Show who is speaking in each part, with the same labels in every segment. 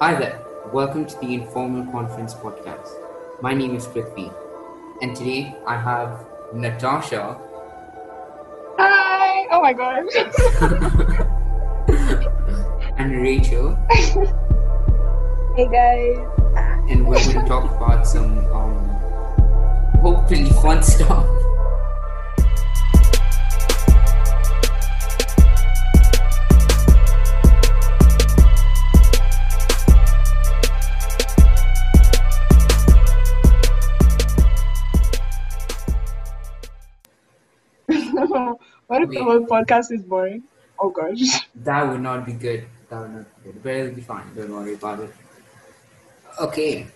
Speaker 1: Hi there, welcome to the Informal Conference podcast. My name is Prithvi, and today I have Natasha.
Speaker 2: Hi! Oh my god.
Speaker 1: and Rachel,
Speaker 2: Hey guys.
Speaker 1: and we're going to talk about some um, hopefully fun stuff.
Speaker 2: what if the
Speaker 1: Wait.
Speaker 2: whole podcast is boring? Oh gosh.
Speaker 1: That would not be good. That would not be good. But it'll be fine. Don't worry about it. Okay.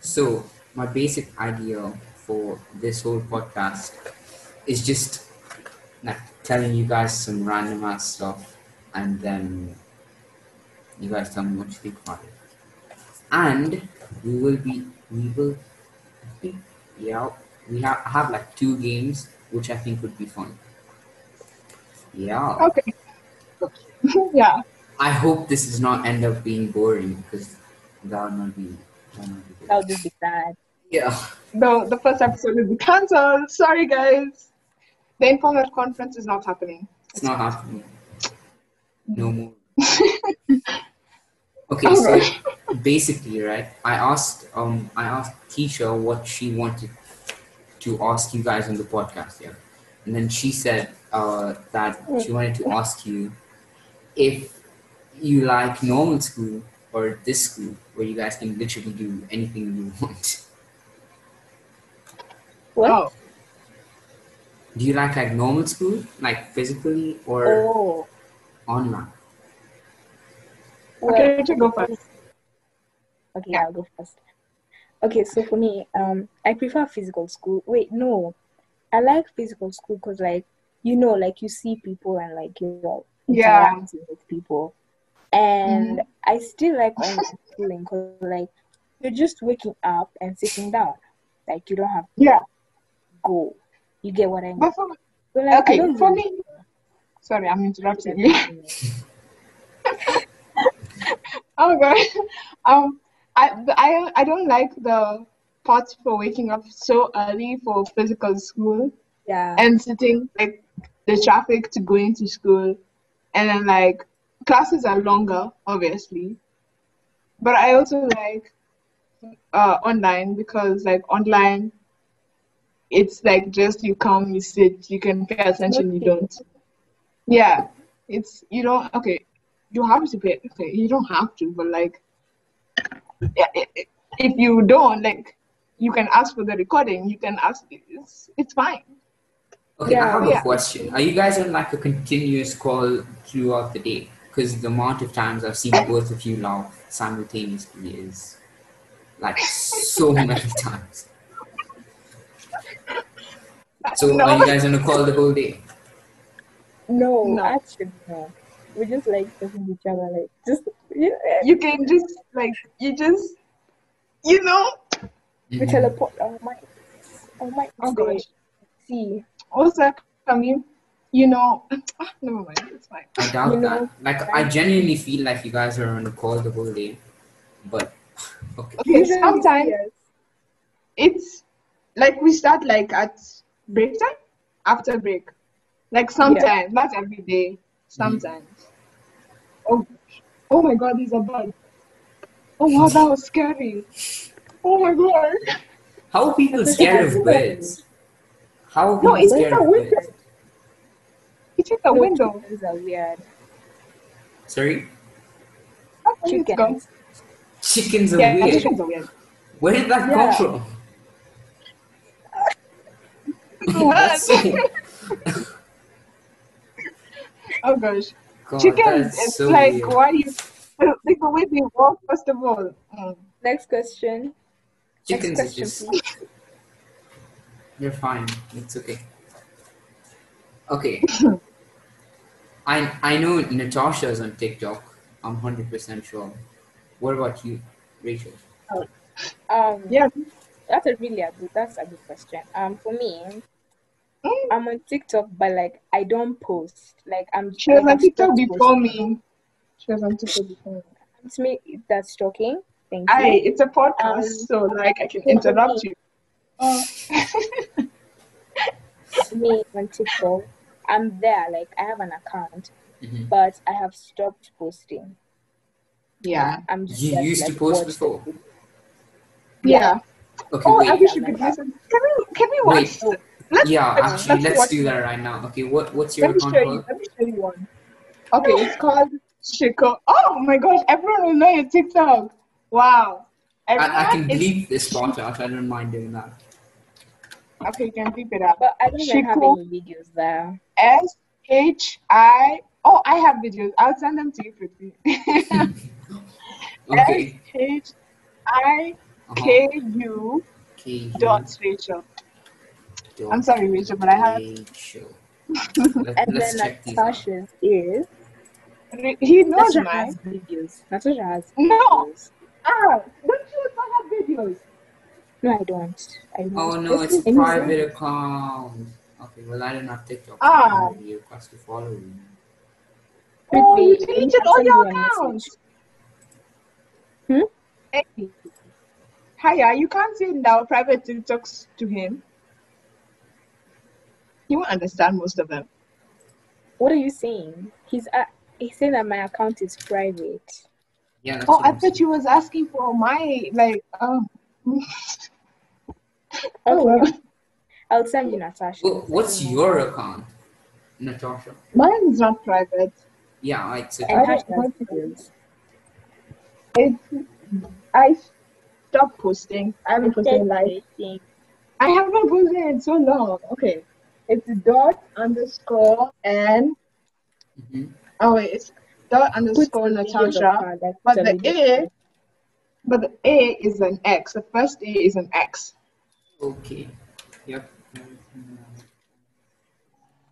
Speaker 1: So my basic idea for this whole podcast is just like telling you guys some random ass stuff and then you guys tell me what you think about it. And we will be we will I think yeah we have have like two games which I think would be fun. Yeah.
Speaker 2: Okay. yeah.
Speaker 1: I hope this does not end up being boring because that would not be. That would not be good.
Speaker 3: That would be sad.
Speaker 1: Yeah.
Speaker 2: No, the first episode will be cancelled. Sorry guys. The informal conference is not happening.
Speaker 1: It's not happening. No more. okay, so
Speaker 2: Alright.
Speaker 1: basically, right? I asked um I asked Keisha what she wanted to ask you guys on the podcast, yeah. And then she said uh that she wanted to ask you if you like normal school or this school where you guys can literally do anything you want.
Speaker 3: What?
Speaker 2: Oh.
Speaker 1: Do you like like normal school, like physically or
Speaker 3: Oh.
Speaker 1: online?
Speaker 3: Well,
Speaker 2: Okay, Rachel, go first.
Speaker 3: okay, I'll go first. Okay, so for me, um, I prefer physical school. Wait, no, I like physical school because, like, you know, like you see people and like you're
Speaker 2: Yeah. Mm-hmm.
Speaker 3: interacting with people, and I still like online schooling because, like, you're just waking up and sitting down, like you don't have to
Speaker 2: Yeah.
Speaker 3: go. You get what I mean?
Speaker 2: But for,
Speaker 3: So, like, I
Speaker 2: okay,
Speaker 3: don't
Speaker 2: for
Speaker 3: really
Speaker 2: me. Sorry, I'm interrupting you. Oh god. Um, I I I don't like the part for waking up so early for physical school
Speaker 3: Yeah.
Speaker 2: and sitting like the traffic to going to school, and then like classes are longer, obviously. But I also like uh online because like online, it's like just you come, you sit, you can pay attention, you don't. Yeah, it's you don't okay. You have to pay. Okay, you don't have to, but like, yeah, i- i- if you don't like, you can ask for the recording. You can ask. It's it's fine.
Speaker 1: Okay, I
Speaker 3: Yeah.
Speaker 1: have a
Speaker 2: Yeah.
Speaker 1: question. Are you guys on like a continuous call throughout the day? Because the amount of times I've seen both of you laugh simultaneously is like so many times. So
Speaker 2: No.
Speaker 1: are you guys on a call the whole day?
Speaker 3: No,
Speaker 2: No.
Speaker 3: actually, no. We're just like talking to each other, like just you,
Speaker 2: You can just like you just you know.
Speaker 3: we
Speaker 1: Mhm.
Speaker 3: teleport. Oh my, oh my,
Speaker 2: Oh gosh.
Speaker 3: see,
Speaker 2: Also, I mean, you know. ah, Never mind. It's fine.
Speaker 1: I doubt
Speaker 3: You know,
Speaker 1: that. Like I genuinely feel like you guys are on a call the whole day. But okay.
Speaker 2: Okay.
Speaker 3: Usually,
Speaker 2: Sometimes
Speaker 3: yes.
Speaker 2: it's like we start like at break time, after break, like sometimes, not every
Speaker 1: Mm.
Speaker 2: day, sometimes. Oh, oh my God, there's a bug. Oh wow, that was scary. Oh my God.
Speaker 1: How are people
Speaker 3: Because
Speaker 1: scared
Speaker 3: it's
Speaker 1: of
Speaker 3: a window.
Speaker 1: birds? How are
Speaker 2: No,
Speaker 1: people
Speaker 2: it's
Speaker 1: scared
Speaker 2: a
Speaker 1: of
Speaker 2: window.
Speaker 1: birds?
Speaker 2: He took the
Speaker 3: Those
Speaker 2: window.
Speaker 3: chickens are weird.
Speaker 1: Sorry?
Speaker 2: How can it go?
Speaker 3: Chickens.
Speaker 1: Chickens are
Speaker 2: Yeah,
Speaker 1: weird.
Speaker 2: chickens are weird.
Speaker 1: Where did that
Speaker 3: Yeah.
Speaker 1: come from? That's
Speaker 2: What?
Speaker 1: so-
Speaker 2: Oh gosh,
Speaker 1: God, that
Speaker 2: chickens.
Speaker 1: is
Speaker 2: It's
Speaker 1: so
Speaker 2: like
Speaker 1: weird.
Speaker 2: why you like the way they walk. First of all, Mm.
Speaker 3: Next question.
Speaker 1: Chickens are
Speaker 3: Next
Speaker 1: just
Speaker 3: question, please.
Speaker 1: they're fine. It's okay. Okay. I I know Natasha's on TikTok. I'm hundred percent sure. What about you, Rachel?
Speaker 3: Um,
Speaker 2: yeah.
Speaker 3: that's a really a good. That's a good question. Um, for me,
Speaker 2: Mm.
Speaker 3: I'm on TikTok, but like I don't post. Like I'm.
Speaker 2: She was
Speaker 3: I
Speaker 2: on
Speaker 3: have
Speaker 2: TikTok
Speaker 3: stopped
Speaker 2: before
Speaker 3: posting.
Speaker 2: me. She was on TikTok before me.
Speaker 3: I'm it's me that's talking. Thank you.
Speaker 2: I it's a podcast,
Speaker 3: Um,
Speaker 2: so like I can
Speaker 3: okay.
Speaker 2: interrupt you.
Speaker 3: Uh, me on TikTok. I'm there, like I have an account,
Speaker 1: Mhm.
Speaker 3: but I have stopped posting.
Speaker 2: Yeah.
Speaker 3: I'm just
Speaker 1: You
Speaker 3: there
Speaker 1: used to
Speaker 3: like,
Speaker 1: post
Speaker 3: watch
Speaker 1: before.
Speaker 2: Yeah.
Speaker 1: Okay,
Speaker 2: Oh,
Speaker 1: wait.
Speaker 2: I wish you
Speaker 3: yeah,
Speaker 2: could
Speaker 3: like-
Speaker 2: listen. Can we can we
Speaker 1: Wait.
Speaker 2: watch the- let's
Speaker 1: yeah,
Speaker 2: let's-
Speaker 1: actually,
Speaker 2: let's
Speaker 1: let's
Speaker 2: watch
Speaker 1: do that right now. Okay, what what's your
Speaker 2: Let me
Speaker 1: account
Speaker 2: show you.
Speaker 1: called?
Speaker 2: Let me show you one. Okay, it's called Shiko. Oh my gosh, everyone will know your TikTok. Wow. Everyone
Speaker 1: I, I can
Speaker 2: is-
Speaker 1: bleep this part out. I don't mind doing that.
Speaker 2: Okay, you can beep it up.
Speaker 3: But I don't even have
Speaker 2: Shiko.
Speaker 3: any videos there.
Speaker 2: S H I. Oh, I have videos. I'll send them to you quickly. S
Speaker 1: Okay.
Speaker 2: H I
Speaker 1: Uh-huh.
Speaker 2: K U
Speaker 1: K
Speaker 2: dot Rachel. I'm sorry, Rachel, but I have-
Speaker 1: Rachel. Let,
Speaker 3: And
Speaker 1: let's
Speaker 3: then
Speaker 1: check these out.
Speaker 3: Natasha's is
Speaker 2: Re- He knows
Speaker 3: Natasha
Speaker 2: mine.
Speaker 3: has videos. Natasha has
Speaker 2: No.
Speaker 3: videos.
Speaker 2: Ah, don't you also have videos?
Speaker 3: No, I don't. I don't.
Speaker 1: Oh no, it's
Speaker 3: This
Speaker 1: a
Speaker 3: is amazing.
Speaker 1: private account. Okay, well I don't have TikTok.
Speaker 2: Ah.
Speaker 1: Maybe You request to follow me.
Speaker 2: Oh, you
Speaker 3: Quickly,
Speaker 2: deleted
Speaker 3: I'll
Speaker 2: all
Speaker 3: send
Speaker 2: your
Speaker 3: you a message.
Speaker 2: accounts.
Speaker 3: Hmm?
Speaker 2: Hey. Hiya, you can't send our private TikToks to him. He won't understand most of them.
Speaker 3: What are you saying? He's uh, he's saying that my account is private.
Speaker 1: Yeah, that's
Speaker 2: Oh,
Speaker 1: what
Speaker 2: I
Speaker 1: I'm saying.
Speaker 2: thought you was asking for my like. Um, oh,
Speaker 3: Okay.
Speaker 2: well.
Speaker 3: I'll send you Natasha.
Speaker 1: Well, what's your account, Natasha?
Speaker 2: Mine is not private.
Speaker 1: Yeah, it's a,
Speaker 2: I
Speaker 3: And
Speaker 2: don't
Speaker 3: Natasha's
Speaker 2: want to.
Speaker 3: videos.
Speaker 2: It's I stopped posting. I haven't posted like
Speaker 3: Everything.
Speaker 2: I haven't posted in so long. Okay, it's dot underscore and
Speaker 1: Mhm.
Speaker 2: oh wait, it's dot
Speaker 3: Put
Speaker 2: underscore
Speaker 3: videos of
Speaker 2: Natasha.
Speaker 3: her, like,
Speaker 2: But
Speaker 3: put a
Speaker 2: the
Speaker 3: video of
Speaker 2: A, but the A is an X. The first A is an X.
Speaker 1: okay. Yep.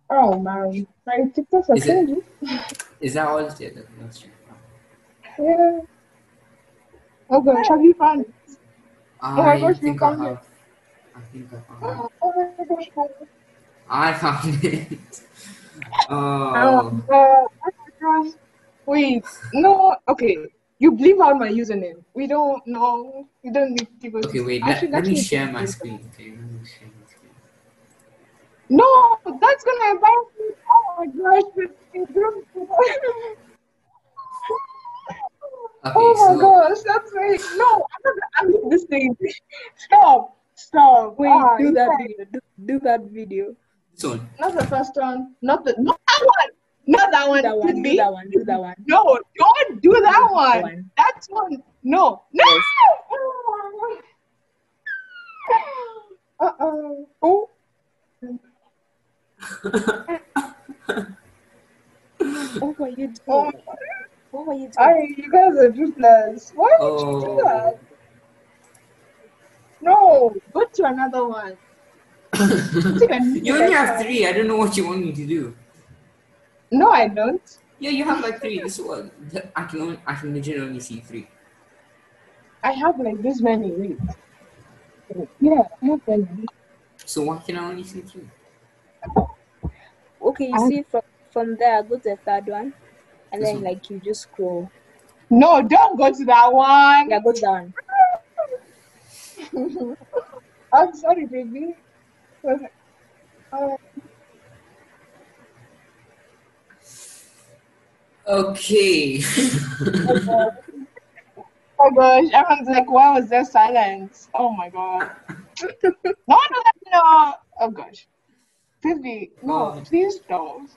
Speaker 2: Oh my, my TikToks are
Speaker 1: Is it-
Speaker 2: crazy.
Speaker 1: Is that all it is? Let's check.
Speaker 2: Oh, Yeah. Oh gosh, have you found? my
Speaker 1: I
Speaker 2: gosh, you
Speaker 1: think I
Speaker 2: found it.
Speaker 1: have. I think I found. It.
Speaker 2: Oh my gosh.
Speaker 1: I found it.
Speaker 2: Oh,
Speaker 1: Oh,
Speaker 2: oh my gosh. Wait, no, okay. You bleep out my username. We don't know. We don't need people. to-
Speaker 1: okay. Wait.
Speaker 2: I
Speaker 1: Let,
Speaker 2: should
Speaker 1: let me
Speaker 2: actually-
Speaker 1: share my screen. Okay. Let me share my screen.
Speaker 2: No, that's gonna embarrass me. Oh my gosh, it's- it's gonna-
Speaker 1: Okay.
Speaker 2: oh my
Speaker 1: so
Speaker 2: gosh, that's like no. I'm not. I'm not this thing. Stop. Stop.
Speaker 3: Wait,
Speaker 2: Ah,
Speaker 3: do
Speaker 2: it's
Speaker 3: that
Speaker 2: like-
Speaker 3: video. Do, do that video.
Speaker 1: this one.
Speaker 2: Not the first one. Not the not that one. Not that
Speaker 3: Do
Speaker 2: one.
Speaker 3: that one. Do
Speaker 2: Please.
Speaker 3: that one. Do that one.
Speaker 2: No, don't do that
Speaker 3: That
Speaker 2: one.
Speaker 3: one.
Speaker 2: That's one. No. No.
Speaker 3: Yes.
Speaker 2: Uh oh.
Speaker 3: Oh, what were you doing?
Speaker 2: Oh,
Speaker 3: What were you doing?
Speaker 2: I, you guys are ruthless. Why did you do
Speaker 1: Oh.
Speaker 2: that? No, go to another one.
Speaker 1: you only have three. I don't know what you want me to do.
Speaker 2: No, I don't.
Speaker 1: Yeah, you have like three. This one. I can only. I can legit only see three.
Speaker 2: I have like this many. Wait. Yeah, I have many.
Speaker 1: So why can I only see three?
Speaker 3: Okay, you
Speaker 2: I-
Speaker 3: see from from there, go to the third one, and
Speaker 1: This
Speaker 3: then
Speaker 1: one.
Speaker 3: like you just scroll.
Speaker 2: No, don't go to that one.
Speaker 3: Yeah, go down.
Speaker 2: I'm sorry, baby. Oh, Uh,
Speaker 1: Okay.
Speaker 2: Oh gosh, everyone's like, why was there silence? Oh my god. no one let me know. Oh gosh. Please be, no,
Speaker 1: Oh.
Speaker 2: please don't.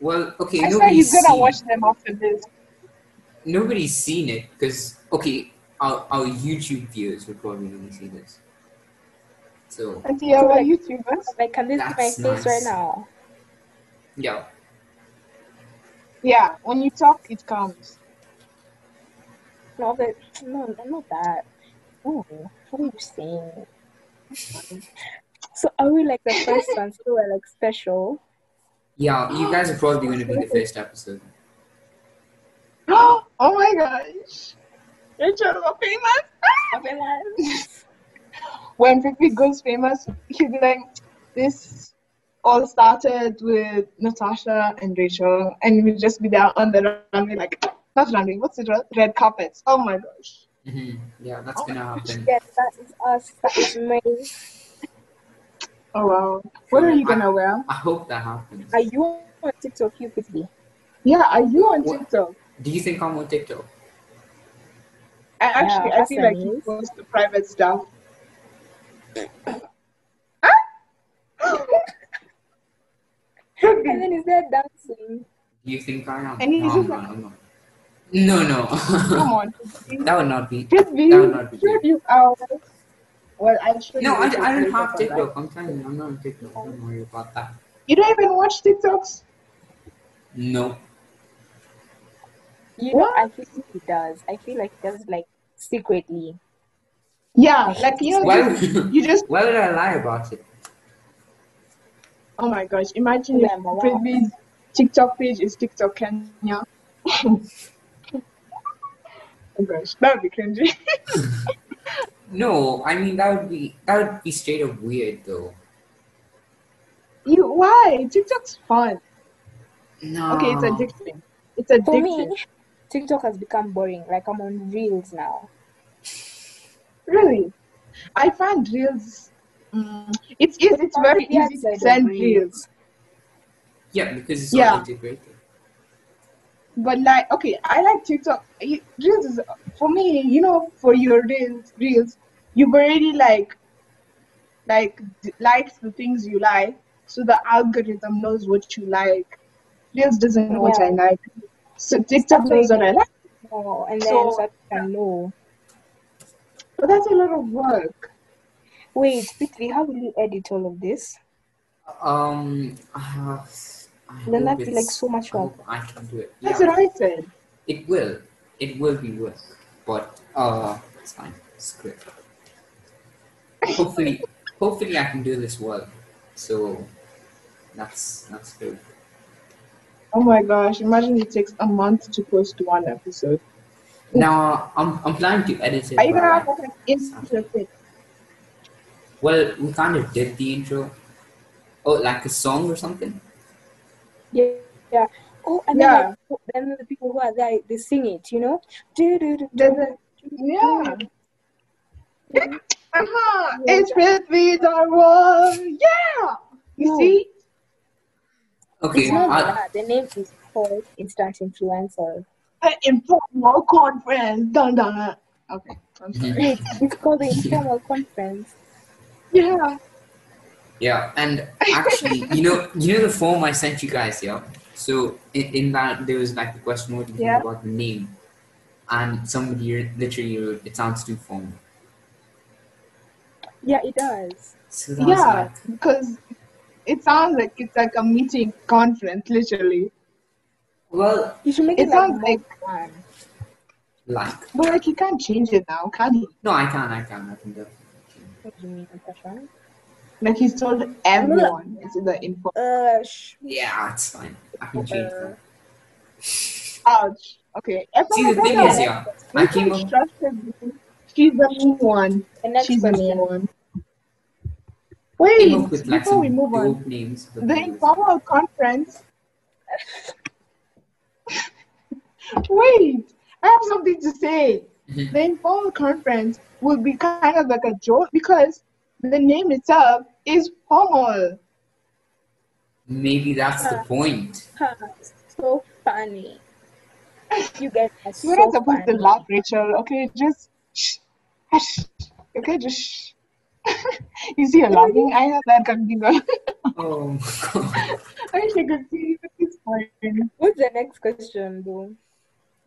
Speaker 1: well, okay.
Speaker 2: I swear
Speaker 1: nobody's
Speaker 2: he's gonna
Speaker 1: seen-
Speaker 2: watch them after this.
Speaker 1: nobody's seen it because okay, our, our YouTube viewers would probably only see this. So
Speaker 2: And yeah, we're YouTubers.
Speaker 3: Like, can they see my
Speaker 1: That's
Speaker 3: face
Speaker 1: nice.
Speaker 3: right now?
Speaker 1: yeah,
Speaker 2: Yeah, when you talk, it comes.
Speaker 3: No, but no, no, not that. Oh, what are you saying? So are we like the first one? So we're like special.
Speaker 1: yeah, you guys are probably going to be the first episode.
Speaker 2: oh my gosh. Rachel, we're famous.
Speaker 3: Okay, guys.
Speaker 2: When Fifi goes famous, he'll be like, this all started with Natasha and Rachel, and we'll just be there on the runway like, That's what I'm doing. What's it? Red, red carpets. Oh my gosh.
Speaker 1: Mhm. Yeah, that's gonna happen.
Speaker 3: Yes, that is us. That is me.
Speaker 2: Oh wow. What are you gonna wear?
Speaker 1: I hope that happens.
Speaker 3: Are you on TikTok, you quickly?
Speaker 2: Yeah, are you on
Speaker 1: What?
Speaker 2: TikTok?
Speaker 1: Do you think I'm on TikTok?
Speaker 2: I actually, I
Speaker 3: that's
Speaker 2: feel like
Speaker 3: nice.
Speaker 2: you post the private stuff.
Speaker 3: And then is there dancing?
Speaker 1: Do you think I am?
Speaker 2: And he's
Speaker 1: no,
Speaker 2: just
Speaker 1: I'm
Speaker 2: like-
Speaker 1: not, I'm not. No,
Speaker 2: Come on.
Speaker 1: no. that would not be.
Speaker 2: Should be.
Speaker 1: That would not be
Speaker 2: Should you out? Well, I should.
Speaker 1: No, I,
Speaker 2: use
Speaker 1: I don't
Speaker 2: your
Speaker 1: have
Speaker 2: TikTok on
Speaker 1: TikTok.
Speaker 2: that.
Speaker 1: I'm telling you, I'm not on TikTok. Don't worry about that.
Speaker 2: You don't even watch TikToks.
Speaker 1: No.
Speaker 3: You know,
Speaker 2: What?
Speaker 3: I feel like he does. I feel like he does like secretly.
Speaker 2: Yeah, like you know,
Speaker 1: Why,
Speaker 2: just- you just.
Speaker 1: why would I lie about it?
Speaker 2: Oh my gosh! Imagine if
Speaker 3: Yeah, but wow.
Speaker 2: Prithvi's TikTok page is TikTok Kenya. oh gosh, that would be cringy.
Speaker 1: No, I mean that would be that would be straight up weird though.
Speaker 2: You why? TikTok's fun.
Speaker 1: No.
Speaker 2: Okay, it's addicting. It's addicting.
Speaker 3: For me, TikTok has become boring. Like I'm on reels now.
Speaker 2: Really? I find reels. Mm, it's easy. It's very
Speaker 3: Yeah,
Speaker 2: easy to
Speaker 3: it's
Speaker 2: send
Speaker 3: like
Speaker 2: reels,
Speaker 1: Yeah, because it's
Speaker 2: Yeah.
Speaker 1: all integrated.
Speaker 2: but like, okay, I like TikTok. You- Reels is for me. You know, for your reels, reels, you've already like, like d- liked the things you like, so the algorithm knows what you like. Reels doesn't know what
Speaker 3: Yeah.
Speaker 2: I like, so TikTok knows what I like.
Speaker 3: Oh, and then
Speaker 2: So-
Speaker 3: so I can know.
Speaker 2: But that's a lot of work.
Speaker 3: Wait, Pitri, how will you edit all of this?
Speaker 1: Um. Uh, I
Speaker 3: Then
Speaker 1: hope
Speaker 3: that'd be,
Speaker 1: it's-
Speaker 3: like, so much
Speaker 1: I
Speaker 3: work.
Speaker 1: hope I can do it.
Speaker 2: That's
Speaker 1: Yeah.
Speaker 2: what I said.
Speaker 1: It will. It will be work, but uh, it's fine. It's good. Hopefully, hopefully I can do this well. So that's that's good.
Speaker 2: Oh my gosh! Imagine it takes a month to post one episode.
Speaker 1: Now I'm I'm planning to edit it.
Speaker 2: Are you
Speaker 1: by-
Speaker 2: gonna have like an intro thing?
Speaker 1: well, we kind of did the intro. Oh, like a song or something.
Speaker 3: Yeah. Yeah. Oh, and
Speaker 2: Yeah.
Speaker 3: then like, then the people who are there, they sing it. You know. Do-do-do-do.
Speaker 2: Doesn't- Yeah. Uh-huh.
Speaker 3: Yeah.
Speaker 2: It's with me the world. Yeah. You
Speaker 3: No.
Speaker 2: see?
Speaker 1: Okay.
Speaker 3: It's not
Speaker 1: I,
Speaker 3: that. The name is called Instant Influencer.
Speaker 2: An informal conference. Dun dun. dun. Okay. I'm
Speaker 1: Mm-hmm.
Speaker 2: sorry.
Speaker 3: Wait, it's called the Informal Conference.
Speaker 2: Yeah.
Speaker 1: yeah, and actually, you know, you know the form I sent you guys. Yeah. So in, in that there was like the question, what do you
Speaker 2: Yeah.
Speaker 1: think about the name? And somebody re- literally wrote, "It sounds too formal."
Speaker 3: Yeah, it does.
Speaker 1: So that was
Speaker 2: Yeah.
Speaker 1: like,
Speaker 2: Because it sounds like it's like a meeting conference, literally.
Speaker 1: well,
Speaker 3: You should make
Speaker 2: It
Speaker 3: it, like
Speaker 2: sounds
Speaker 3: more fun.
Speaker 1: like,
Speaker 2: But like you can't change it now, can he?
Speaker 1: no, I can, I can, I can definitely. change.
Speaker 3: What do you mean, Natasha?
Speaker 2: Like he's told everyone it's the informal.
Speaker 3: Uh, sh-
Speaker 1: Yeah, Ah, it's fine. I can change that.
Speaker 2: Ouch. Okay.
Speaker 1: See, the thing is, yeah, I came up.
Speaker 2: Structured. She's the mean one.
Speaker 3: the next
Speaker 2: She's the mean
Speaker 3: question.
Speaker 2: one.
Speaker 1: Came
Speaker 2: Wait,
Speaker 1: up with like
Speaker 2: before
Speaker 1: some
Speaker 2: we move on,
Speaker 1: dope names. for
Speaker 2: the
Speaker 1: videos.
Speaker 2: informal conference. Wait, I have something to say.
Speaker 1: Mhm.
Speaker 2: The informal conference will be kind of like a joke because the name itself is formal.
Speaker 1: Maybe that's the point.
Speaker 3: Huh, so funny. You guys are so
Speaker 2: We're not supposed
Speaker 3: funny.
Speaker 2: to laugh, Rachel. Okay, just shh, hush. Okay, just shh. you see, you're laughing. I know that can be good.
Speaker 1: Oh my god.
Speaker 2: I wish I could see you. but It's fine.
Speaker 3: What's the next question, though?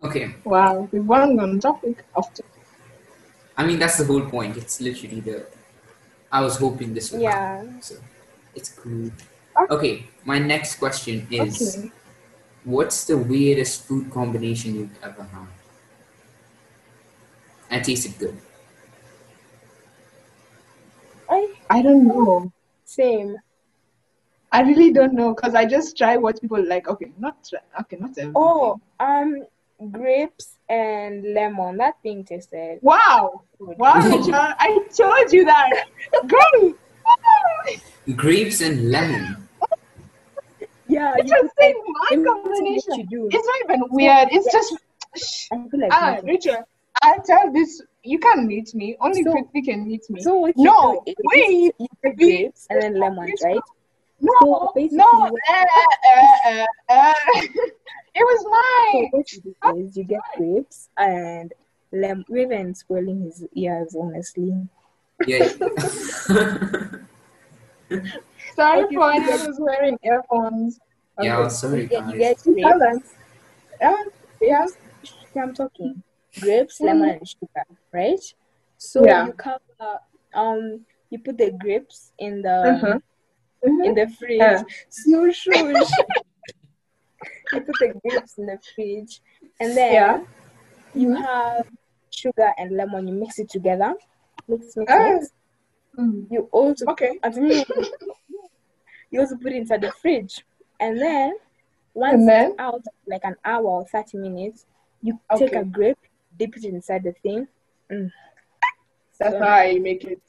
Speaker 1: Okay,
Speaker 2: Wow, we weren't on topic after.
Speaker 1: I mean that's the whole point. It's literally the. I was hoping this would happen,
Speaker 3: Yeah.
Speaker 1: so it's cool. Okay, my next question is:
Speaker 2: Okay.
Speaker 1: What's the weirdest food combination you've ever had? And tasted good.
Speaker 3: I
Speaker 2: I don't know.
Speaker 3: same.
Speaker 2: I really don't know because I just try what people like. Okay, not try, okay, not everything.
Speaker 3: Oh, um, grapes and lemon. That thing tasted.
Speaker 2: wow,
Speaker 3: good.
Speaker 2: wow, John, I told you that, girl.
Speaker 1: Grapes and lemon.
Speaker 3: Yeah,
Speaker 2: It's
Speaker 3: you
Speaker 2: the
Speaker 3: like,
Speaker 2: same wine
Speaker 3: imagine what
Speaker 2: combination.
Speaker 3: you do.
Speaker 2: It's not even weird. It's just
Speaker 3: I feel like
Speaker 2: Ah,
Speaker 3: nothing.
Speaker 2: Rachel, I tell this. You can't meet me. Only
Speaker 3: So-
Speaker 2: Prithvi can meet me.
Speaker 3: So what you
Speaker 2: no,
Speaker 3: do is
Speaker 2: wait.
Speaker 3: you
Speaker 2: Prithvi,
Speaker 3: take grapes and then lemons,
Speaker 2: Yes,
Speaker 3: right?
Speaker 2: No,
Speaker 3: So basically
Speaker 2: no.
Speaker 3: what-
Speaker 2: eh, eh, eh, eh, eh. it was
Speaker 3: So
Speaker 2: mine.
Speaker 3: what you do is you get grapes and lem. Raven spoiling his ears, honestly.
Speaker 1: Yeah.
Speaker 2: Sorry
Speaker 3: Okay,
Speaker 2: for
Speaker 3: so
Speaker 2: anyone
Speaker 3: you-
Speaker 2: who's wearing earphones.
Speaker 1: yeah,
Speaker 3: Okay,
Speaker 1: I'm sorry,
Speaker 3: You get, you
Speaker 1: guys.
Speaker 3: get grapes.
Speaker 2: Yeah, yeah.
Speaker 3: I'm talking
Speaker 2: Mm-hmm.
Speaker 3: grapes, lemon, and sugar, right? So
Speaker 2: Yeah.
Speaker 3: you cover, um, you put the grapes in the
Speaker 2: Mhm. Mhm.
Speaker 3: in the fridge.
Speaker 2: Yeah.
Speaker 3: So shush. you put the grapes in the fridge, and then
Speaker 2: Yeah.
Speaker 3: you have sugar and lemon. You mix it together. Mix, mix,
Speaker 2: Ah.
Speaker 3: mix. You also
Speaker 2: Okay.
Speaker 3: and then you also put it inside the fridge, and then once
Speaker 2: And then?
Speaker 3: it's out like an hour or thirty minutes, you take
Speaker 2: Okay.
Speaker 3: a grape, dip it inside the thing. Mm.
Speaker 2: That's
Speaker 3: So-
Speaker 2: not how you make it.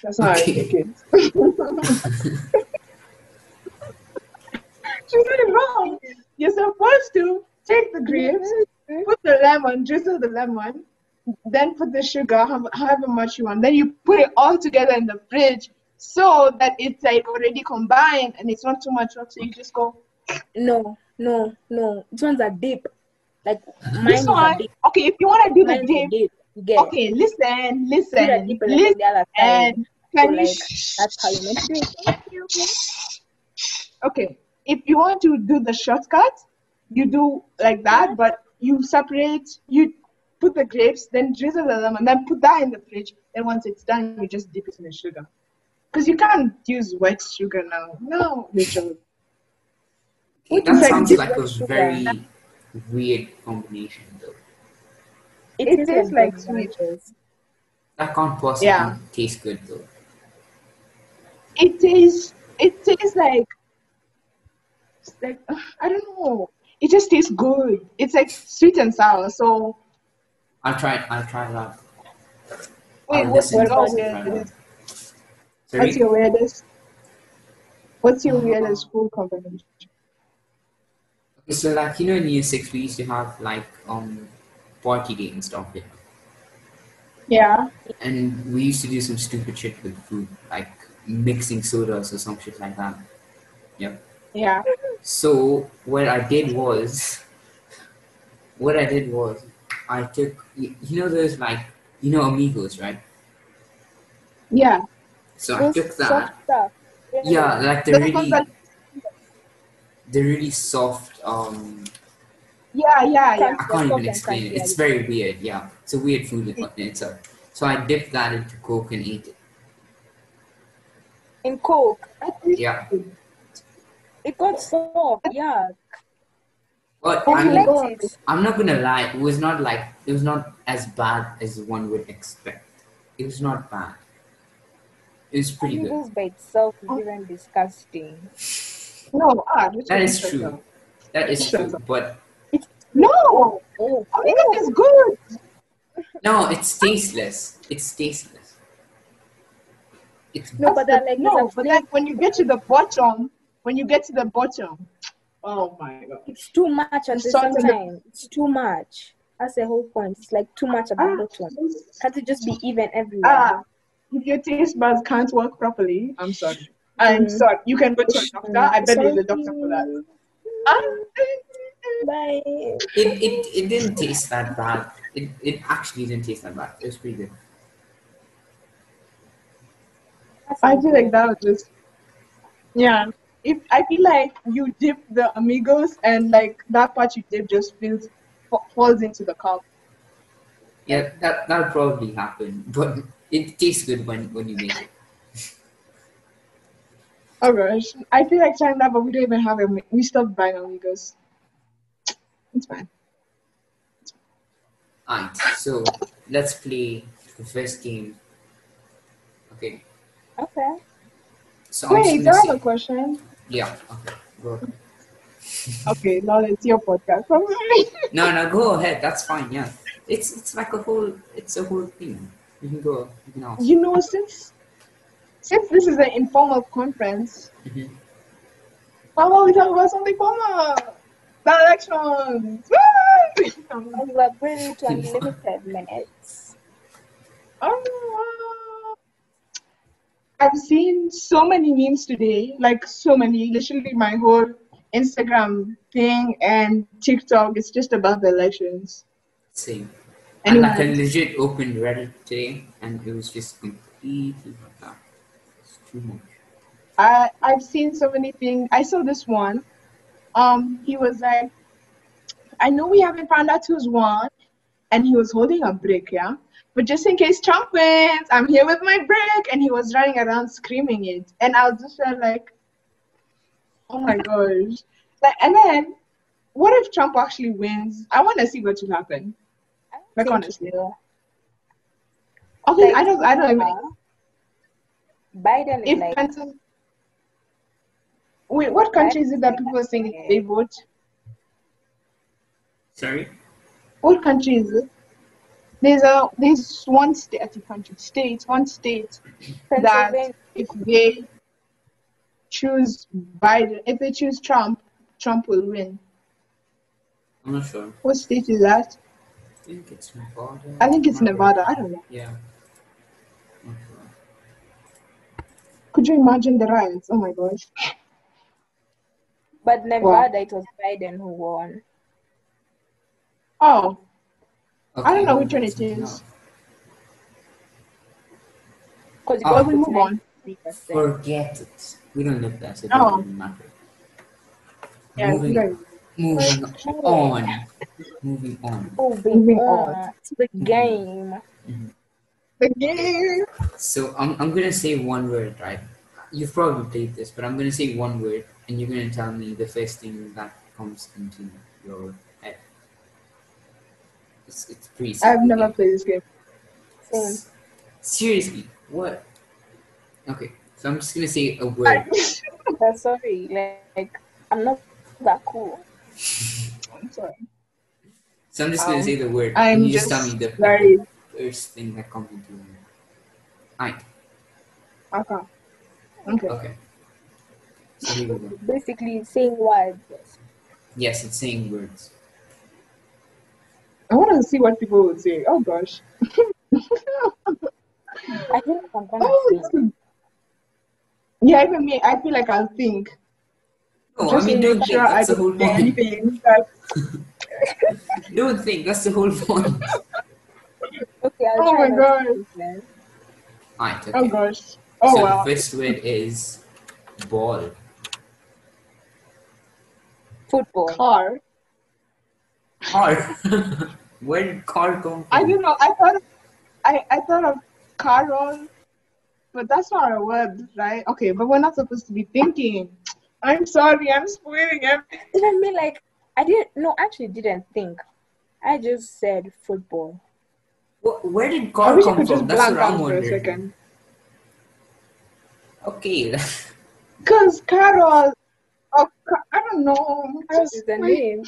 Speaker 2: That's not how you make it. She said it wrong. You're supposed to take the grapes,
Speaker 3: Mm-hmm.
Speaker 2: put the lemon, drizzle the lemon, then put the sugar, how- however much you want. Then you put it all together in the fridge so that it's like already combined and it's not too much work. So you just go.
Speaker 3: No, no, no. These ones are deep. Like mine
Speaker 2: This
Speaker 3: is
Speaker 2: one,
Speaker 3: a deep.
Speaker 2: okay, if you want to do
Speaker 3: Mine
Speaker 2: the
Speaker 3: is a
Speaker 2: dip,
Speaker 3: deep. You get it.
Speaker 2: okay, listen,
Speaker 3: Do the
Speaker 2: listen,
Speaker 3: dip and then
Speaker 2: listen.
Speaker 3: the other side.
Speaker 2: Can
Speaker 3: So,
Speaker 2: you?
Speaker 3: like,
Speaker 2: sh-
Speaker 3: That's how you make it.
Speaker 2: okay if you want to do the shortcut you do like that but you separate you put the grapes then drizzle the lemon then put that in the fridge then once it's done you just dip it in the sugar because you can't use white sugar now no Rachel.
Speaker 1: That
Speaker 3: like
Speaker 1: sounds
Speaker 3: this
Speaker 1: like a
Speaker 3: one?
Speaker 1: very weird combination, though.
Speaker 3: It,
Speaker 2: It
Speaker 3: tastes,
Speaker 2: tastes
Speaker 3: like,
Speaker 2: like
Speaker 3: sweet.
Speaker 1: That can't possibly
Speaker 2: Yeah.
Speaker 1: taste good, though.
Speaker 2: it tastes it tastes like like ugh, i don't know it just tastes good it's like sweet and sour so
Speaker 1: I'll try. I'll try that.
Speaker 2: wait
Speaker 1: I'll
Speaker 2: what's
Speaker 1: listen
Speaker 2: your
Speaker 1: to this and try
Speaker 2: weirdest
Speaker 1: that. Sorry?
Speaker 2: what's your weirdest what's your
Speaker 1: Uh,
Speaker 2: weirdest food combination
Speaker 1: Okay, so like you know in year six we used to have like um party day and stuff yeah.
Speaker 2: yeah
Speaker 1: And we used to do some stupid shit with food, like mixing sodas or some shit like that. Yep.
Speaker 2: yeah
Speaker 1: So what I did was what I did was I took you, you know those like you know amigos, right?
Speaker 2: Yeah.
Speaker 1: So I
Speaker 3: Those
Speaker 1: took that.
Speaker 3: soft stuff.
Speaker 1: Yeah, like the
Speaker 2: Those
Speaker 1: really
Speaker 2: ones that-
Speaker 1: the really soft um
Speaker 2: Yeah, yeah, yeah.
Speaker 1: I
Speaker 3: Soft
Speaker 1: can't even
Speaker 3: and
Speaker 1: explain it.
Speaker 3: crunchy.
Speaker 1: It's very weird. Yeah, it's a weird food in in itself. So I dipped that into Coke and ate it.
Speaker 3: in Coke.
Speaker 1: Yeah,
Speaker 3: It got soft. Yeah.
Speaker 1: but
Speaker 2: Oh
Speaker 1: I
Speaker 2: my
Speaker 1: mean,
Speaker 2: God.
Speaker 3: Liked it.
Speaker 1: I'm not gonna lie. It was not like it was not as bad as one would expect. It was not bad. It was pretty good.
Speaker 3: Amigos by itself is even disgusting.
Speaker 2: No, ah, which
Speaker 1: That
Speaker 2: one
Speaker 1: is true. That is true. But
Speaker 2: No,
Speaker 3: Oh,
Speaker 2: I think it is good.
Speaker 1: no, it's tasteless. It's tasteless. It's
Speaker 3: No, but they're like-
Speaker 2: no,
Speaker 3: there's a
Speaker 2: but like when you get to the bottom, when you get to the bottom, oh my god.
Speaker 3: it's too much at the
Speaker 2: Salt and
Speaker 3: same
Speaker 2: the-
Speaker 3: time. It's too much. That's the whole point. It's like too much at
Speaker 2: Ah,
Speaker 3: the bottom. Can't it just be even everywhere?
Speaker 2: ah, if your taste buds can't work properly, I'm sorry. I'm
Speaker 3: Mm.
Speaker 2: sorry. You can go to a doctor. I bet there's a doctor for that. Ah,
Speaker 3: Bye.
Speaker 1: it, it, it didn't taste that bad. It, it actually didn't taste that bad. It was pretty good.
Speaker 2: I feel like that was just yeah. If I feel like you dip the amigos and like that part you dip just feels fa- falls into the cup.
Speaker 1: Yeah, that that'll probably happen, but it tastes good when when you make it.
Speaker 2: Oh gosh, I feel like trying that, but we don't even have it. We stopped buying amigos. It's fine.
Speaker 1: Alright, so let's play the first game. Okay,
Speaker 3: Okay.
Speaker 1: so I'm
Speaker 2: Wait, I
Speaker 1: just
Speaker 2: have
Speaker 1: gonna
Speaker 2: a
Speaker 1: say,
Speaker 2: question.
Speaker 1: yeah. Okay, go.
Speaker 2: Okay, now it's your podcast. Probably.
Speaker 1: No, no, go ahead. That's fine. Yeah, it's it's like a whole it's a whole thing. You can go. You can ask.
Speaker 2: you know, since since this is an informal conference,
Speaker 1: Mhm.
Speaker 2: how about we talk about something formal? The elections. Woo! Um,
Speaker 3: And we're going to unlimited minutes.
Speaker 2: Oh, um, I've seen so many memes today, like so many. Literally, my whole Instagram thing and TikTok is just about the elections.
Speaker 1: Same. And like I
Speaker 2: Anyway,
Speaker 1: legit opened Reddit today and it was just completely fucked up. It's too much.
Speaker 2: I I've seen so many things. I saw this one. Um, he was like, I know we haven't found out who's won, and he was holding a brick, yeah. But just in case Trump wins, I'm here with my brick, and he was running around screaming it, and I was just there like, oh my gosh, like, and then what if Trump actually wins? I want to see what will happen.
Speaker 3: I don't
Speaker 2: Like
Speaker 3: think
Speaker 2: honestly,
Speaker 3: so.
Speaker 2: okay,
Speaker 3: Like,
Speaker 2: I don't, I don't even.
Speaker 3: Biden is
Speaker 2: If
Speaker 3: like
Speaker 2: countries, wait, what country is it that people are saying they vote?
Speaker 1: Sorry?
Speaker 2: What country is it? There's a there's one state, I think country, state, one state that
Speaker 3: Pennsylvania.
Speaker 2: if they choose Biden, if they choose Trump, Trump will win.
Speaker 1: I'm not sure.
Speaker 2: What state is that?
Speaker 1: I think it's Nevada.
Speaker 2: I think it's
Speaker 1: Might be-
Speaker 2: Nevada. I don't know.
Speaker 1: Yeah. Not sure.
Speaker 2: Could you imagine the riots? Oh my gosh.
Speaker 3: But Nevada, it was Biden who won.
Speaker 2: Oh,
Speaker 1: Okay,
Speaker 2: don't know
Speaker 1: well,
Speaker 2: which one
Speaker 1: that's
Speaker 2: it is.
Speaker 1: enough.
Speaker 3: Because it
Speaker 1: Oh.
Speaker 2: Well,
Speaker 3: was
Speaker 2: we move on.
Speaker 3: 93%.
Speaker 1: Forget it. We don't look that, so it
Speaker 2: Oh.
Speaker 1: doesn't even matter.
Speaker 2: yeah,
Speaker 1: moving,
Speaker 2: you guys-
Speaker 1: moving
Speaker 3: Okay.
Speaker 1: on. Moving on.
Speaker 3: Oh,
Speaker 2: Moving
Speaker 3: moving on
Speaker 2: on.
Speaker 3: to the game.
Speaker 2: the game.
Speaker 1: So I'm, I'm gonna say one word, right? You've probably played this, but I'm gonna say one word, and you're gonna tell me the first thing that comes into your head. It's, it's pretty
Speaker 2: I've
Speaker 1: simple,
Speaker 2: never played this game.
Speaker 1: yeah.
Speaker 2: Um,
Speaker 3: Same.
Speaker 1: S- Seriously, what? Okay, so I'm just gonna say a word.
Speaker 3: But sorry, like, like, I'm not that cool.
Speaker 2: I'm sorry.
Speaker 1: So I'm just gonna
Speaker 3: Um,
Speaker 1: say the word,
Speaker 2: I'm
Speaker 1: and you just,
Speaker 2: just
Speaker 1: tell me the
Speaker 2: very
Speaker 1: first thing that comes into your head. Alright,
Speaker 2: okay. Okay.
Speaker 1: okay. So here we go.
Speaker 3: Basically, saying words.
Speaker 1: Yes, it's saying words.
Speaker 2: I want to see what people would say. Oh gosh.
Speaker 3: I think I'm gonna
Speaker 2: Oh,
Speaker 3: say.
Speaker 2: it's good. Yeah, even me, I feel like I'll think.
Speaker 1: No, I
Speaker 2: just
Speaker 1: mean,
Speaker 2: make
Speaker 1: don't think.
Speaker 2: sure I
Speaker 1: That's the whole
Speaker 2: don't say
Speaker 1: point.
Speaker 2: anything. But,
Speaker 1: Don't think. That's the whole point.
Speaker 3: Okay, I'll
Speaker 2: Oh my
Speaker 3: try not to
Speaker 2: God.
Speaker 3: think then.
Speaker 1: Alright, okay.
Speaker 2: oh gosh. Oh
Speaker 1: so
Speaker 2: wow.
Speaker 1: the first word is ball.
Speaker 3: Football.
Speaker 2: Car.
Speaker 1: Car. Where did car come from?
Speaker 2: I don't know. I thought I, I thought of Carol, but that's not a word, right? Okay, but we're not supposed to be thinking. I'm sorry, I'm spoiling everything.
Speaker 3: And I mean, like, I didn't, no, actually didn't think. I just said football.
Speaker 1: Wh- Where did
Speaker 2: I
Speaker 1: car
Speaker 2: wish I
Speaker 1: come
Speaker 2: could
Speaker 1: from?
Speaker 2: just
Speaker 1: That's
Speaker 2: blank
Speaker 1: what I'm
Speaker 2: out for a
Speaker 1: wondering.
Speaker 2: second.
Speaker 1: Okay.
Speaker 2: Cause Carol, oh, Ca- I don't know.
Speaker 3: Carlos is the
Speaker 2: Wait.
Speaker 3: name.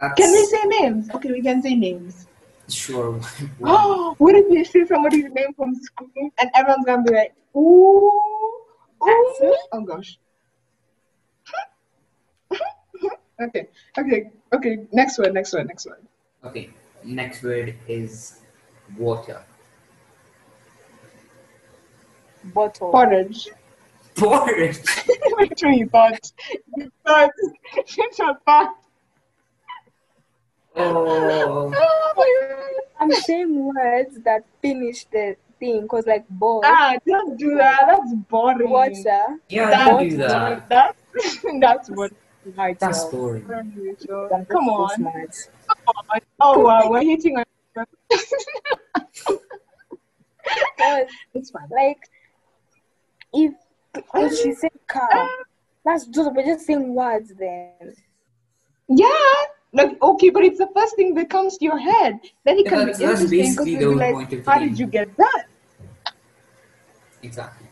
Speaker 1: That's
Speaker 2: Can we say names? Okay, we can say names.
Speaker 1: sure. Wow.
Speaker 2: Oh, what if we say somebody's name from school and everyone's gonna be like, ooh, ooh.
Speaker 3: That's me.
Speaker 2: Oh gosh. okay, okay, okay. Next word, next word, next word.
Speaker 1: Okay. Next word is water.
Speaker 3: Bottle.
Speaker 2: Porridge.
Speaker 1: Porridge.
Speaker 2: Which one you thought? You thought. You thought.
Speaker 1: Oh.
Speaker 2: Oh my god.
Speaker 3: I'm saying words that finish the thing because, like, ball,
Speaker 2: Ah, don't do that. That's boring.
Speaker 3: water,
Speaker 1: Yeah,
Speaker 2: That's
Speaker 1: don't do that.
Speaker 2: That's, that's what.
Speaker 3: smart.
Speaker 1: That's
Speaker 3: y'all.
Speaker 1: boring.
Speaker 3: I'm just
Speaker 2: Come
Speaker 3: so
Speaker 2: on.
Speaker 3: Smart.
Speaker 2: Oh wow, we're hitting on.
Speaker 3: Because,
Speaker 2: it's fine.
Speaker 3: like, if when she said car,
Speaker 2: Ah.
Speaker 3: that's just we're just saying words then.
Speaker 2: Yeah. Like okay, but it's the first thing that comes to your head. Then it
Speaker 1: Yeah,
Speaker 2: can
Speaker 1: that's-
Speaker 2: be
Speaker 1: that's
Speaker 2: interesting because
Speaker 1: basically the
Speaker 2: you'll be
Speaker 1: whole
Speaker 2: like,
Speaker 1: point of the
Speaker 2: "How
Speaker 1: game.
Speaker 2: did you get that?"
Speaker 1: Exactly.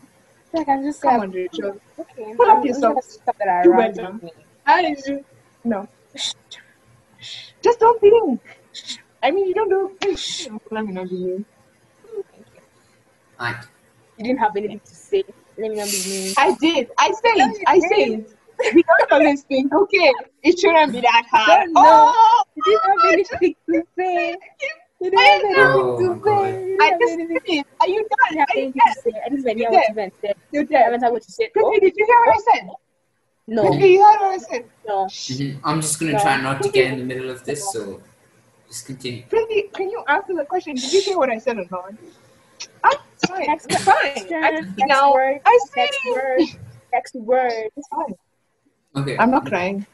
Speaker 3: Like, I'm just
Speaker 2: Come
Speaker 3: saying,
Speaker 2: on, Rachel.
Speaker 3: okay,
Speaker 2: Pull up
Speaker 3: I'm I'm just gonna
Speaker 2: yourself.
Speaker 3: say something that
Speaker 2: Do
Speaker 3: around
Speaker 2: better.
Speaker 3: me.
Speaker 2: How did you? No, just don't think. I mean, you don't do. Let me not be you.
Speaker 1: Alright.
Speaker 3: You didn't have anything to say. Let me not be mean.
Speaker 2: I did. I said. it. I said. it. We don't always think, okay, it shouldn't be that hard.
Speaker 3: Don't know.
Speaker 2: Oh,
Speaker 3: You didn't have anything to say. You didn't
Speaker 2: I
Speaker 3: have
Speaker 1: know.
Speaker 3: anything to
Speaker 1: Oh my
Speaker 3: say. You
Speaker 2: I
Speaker 3: didn't have
Speaker 2: just
Speaker 3: anything
Speaker 2: did it. Are you
Speaker 3: I
Speaker 2: done?
Speaker 3: have
Speaker 2: Are you
Speaker 3: anything
Speaker 2: done?
Speaker 3: to say. I didn't even hear what you said.
Speaker 2: You
Speaker 3: I
Speaker 2: done?
Speaker 3: haven't heard what you said. Oh,
Speaker 2: Pretty, did you hear what I said?
Speaker 3: No,
Speaker 2: Pretty, you heard what I said?
Speaker 3: no.
Speaker 1: Mhm. I'm just gonna try not to get in the middle of this, so just continue.
Speaker 2: Pretty, can you answer the question? Did you hear what I said or not? I'm fine.
Speaker 3: Next
Speaker 2: I'm fine.
Speaker 3: question,
Speaker 2: I,
Speaker 3: next
Speaker 2: now,
Speaker 3: word,
Speaker 2: I said
Speaker 3: next
Speaker 2: it.
Speaker 3: word, next word.
Speaker 2: It's fine.
Speaker 1: Okay.
Speaker 2: I'm not crying.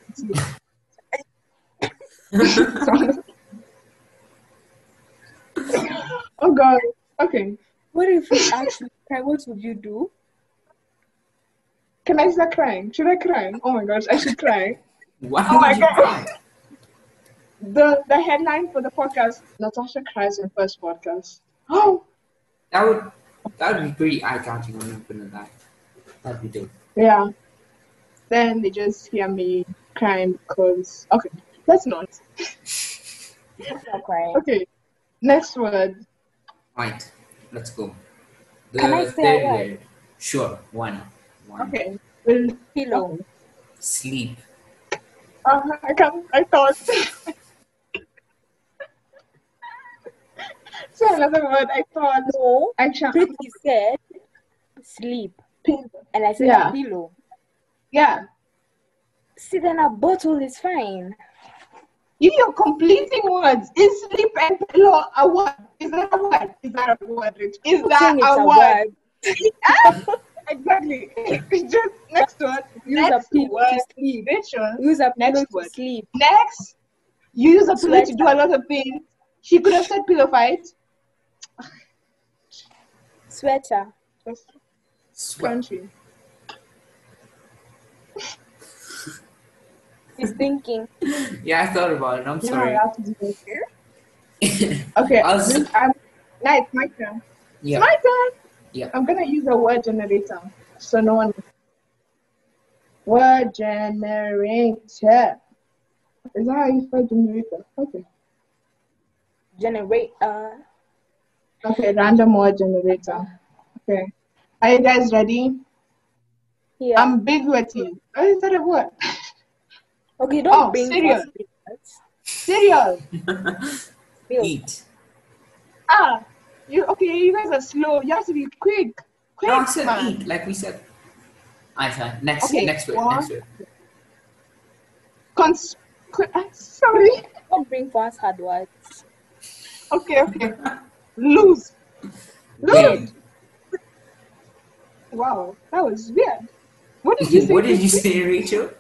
Speaker 2: oh god. Okay.
Speaker 3: What if you actually cry? What would you do?
Speaker 2: Can I start crying? Should I cry? Oh my gosh, I should cry.
Speaker 1: Why
Speaker 2: Oh my
Speaker 1: would you
Speaker 2: God.
Speaker 1: cry?
Speaker 2: The the headline for the podcast, Natasha cries in first podcast. Oh
Speaker 1: That would that would be pretty eye catching. I'm not gonna lie. That'd be dope.
Speaker 2: yeah. Then they just hear me crying because okay. Let's not.
Speaker 3: That's not crying.
Speaker 2: Okay. Next word.
Speaker 1: Right. Let's go. The
Speaker 3: Can I say
Speaker 1: third
Speaker 3: a word?
Speaker 1: word. Sure. One. One.
Speaker 2: Okay. Well,
Speaker 3: Pillow.
Speaker 1: Sleep.
Speaker 2: uh, I can I thought So another word I thought
Speaker 3: No.
Speaker 2: I shall
Speaker 3: Pretty said sleep. And I said
Speaker 2: Yeah.
Speaker 3: pillow.
Speaker 2: Yeah.
Speaker 3: See, then a bottle is fine.
Speaker 2: You, you're completing words. Is sleep and pillow a word? Is that a word? Is that a word? Rich? Is that
Speaker 3: Saying it's
Speaker 2: a,
Speaker 3: a
Speaker 2: word?
Speaker 3: word.
Speaker 2: exactly. It's just next word.
Speaker 3: Use a
Speaker 2: Next
Speaker 3: pillow
Speaker 2: word.
Speaker 3: to sleep.
Speaker 2: Rachel.
Speaker 3: Use a
Speaker 2: Next
Speaker 3: pillow to
Speaker 2: word.
Speaker 3: sleep.
Speaker 2: Next, you use a pillow
Speaker 3: Sweat.
Speaker 2: to do a lot of things. She could have said pillow fight.
Speaker 3: Sweater.
Speaker 2: That's
Speaker 1: Sweat.
Speaker 2: country.
Speaker 3: He's thinking.
Speaker 1: Yeah, I thought about it. I'm
Speaker 2: You know,
Speaker 1: sorry.
Speaker 2: I have to do this. Okay.
Speaker 1: I was-
Speaker 2: I'm, now it's my turn. It's
Speaker 1: yeah.
Speaker 2: my turn.
Speaker 1: Yeah.
Speaker 2: I'm gonna use a word generator, so no one. Word generator. Is that how you spell generator? Okay.
Speaker 3: Generate. Uh,
Speaker 2: Okay. Random word generator. Okay. Are you guys ready?
Speaker 3: yeah.
Speaker 2: Ambiguity. Oh, is that a word?
Speaker 3: okay, don't
Speaker 2: oh,
Speaker 3: bring
Speaker 2: serious.
Speaker 3: us
Speaker 2: Serious. E.
Speaker 3: Bill.
Speaker 1: Eat.
Speaker 2: Ah. You okay? You guys are slow. You have to be quick. Quick,
Speaker 1: No, I said
Speaker 2: man.
Speaker 1: eat. Like we said. I said next.
Speaker 2: Okay,
Speaker 1: Next word.
Speaker 2: one.
Speaker 1: Next word.
Speaker 2: Cons- qu- ah, sorry.
Speaker 3: Don't bring for us hard words.
Speaker 2: Okay. Okay. Lose.
Speaker 1: Weird.
Speaker 2: Lose. Wow, that was weird. What did you say?
Speaker 1: what did you say, Rachel?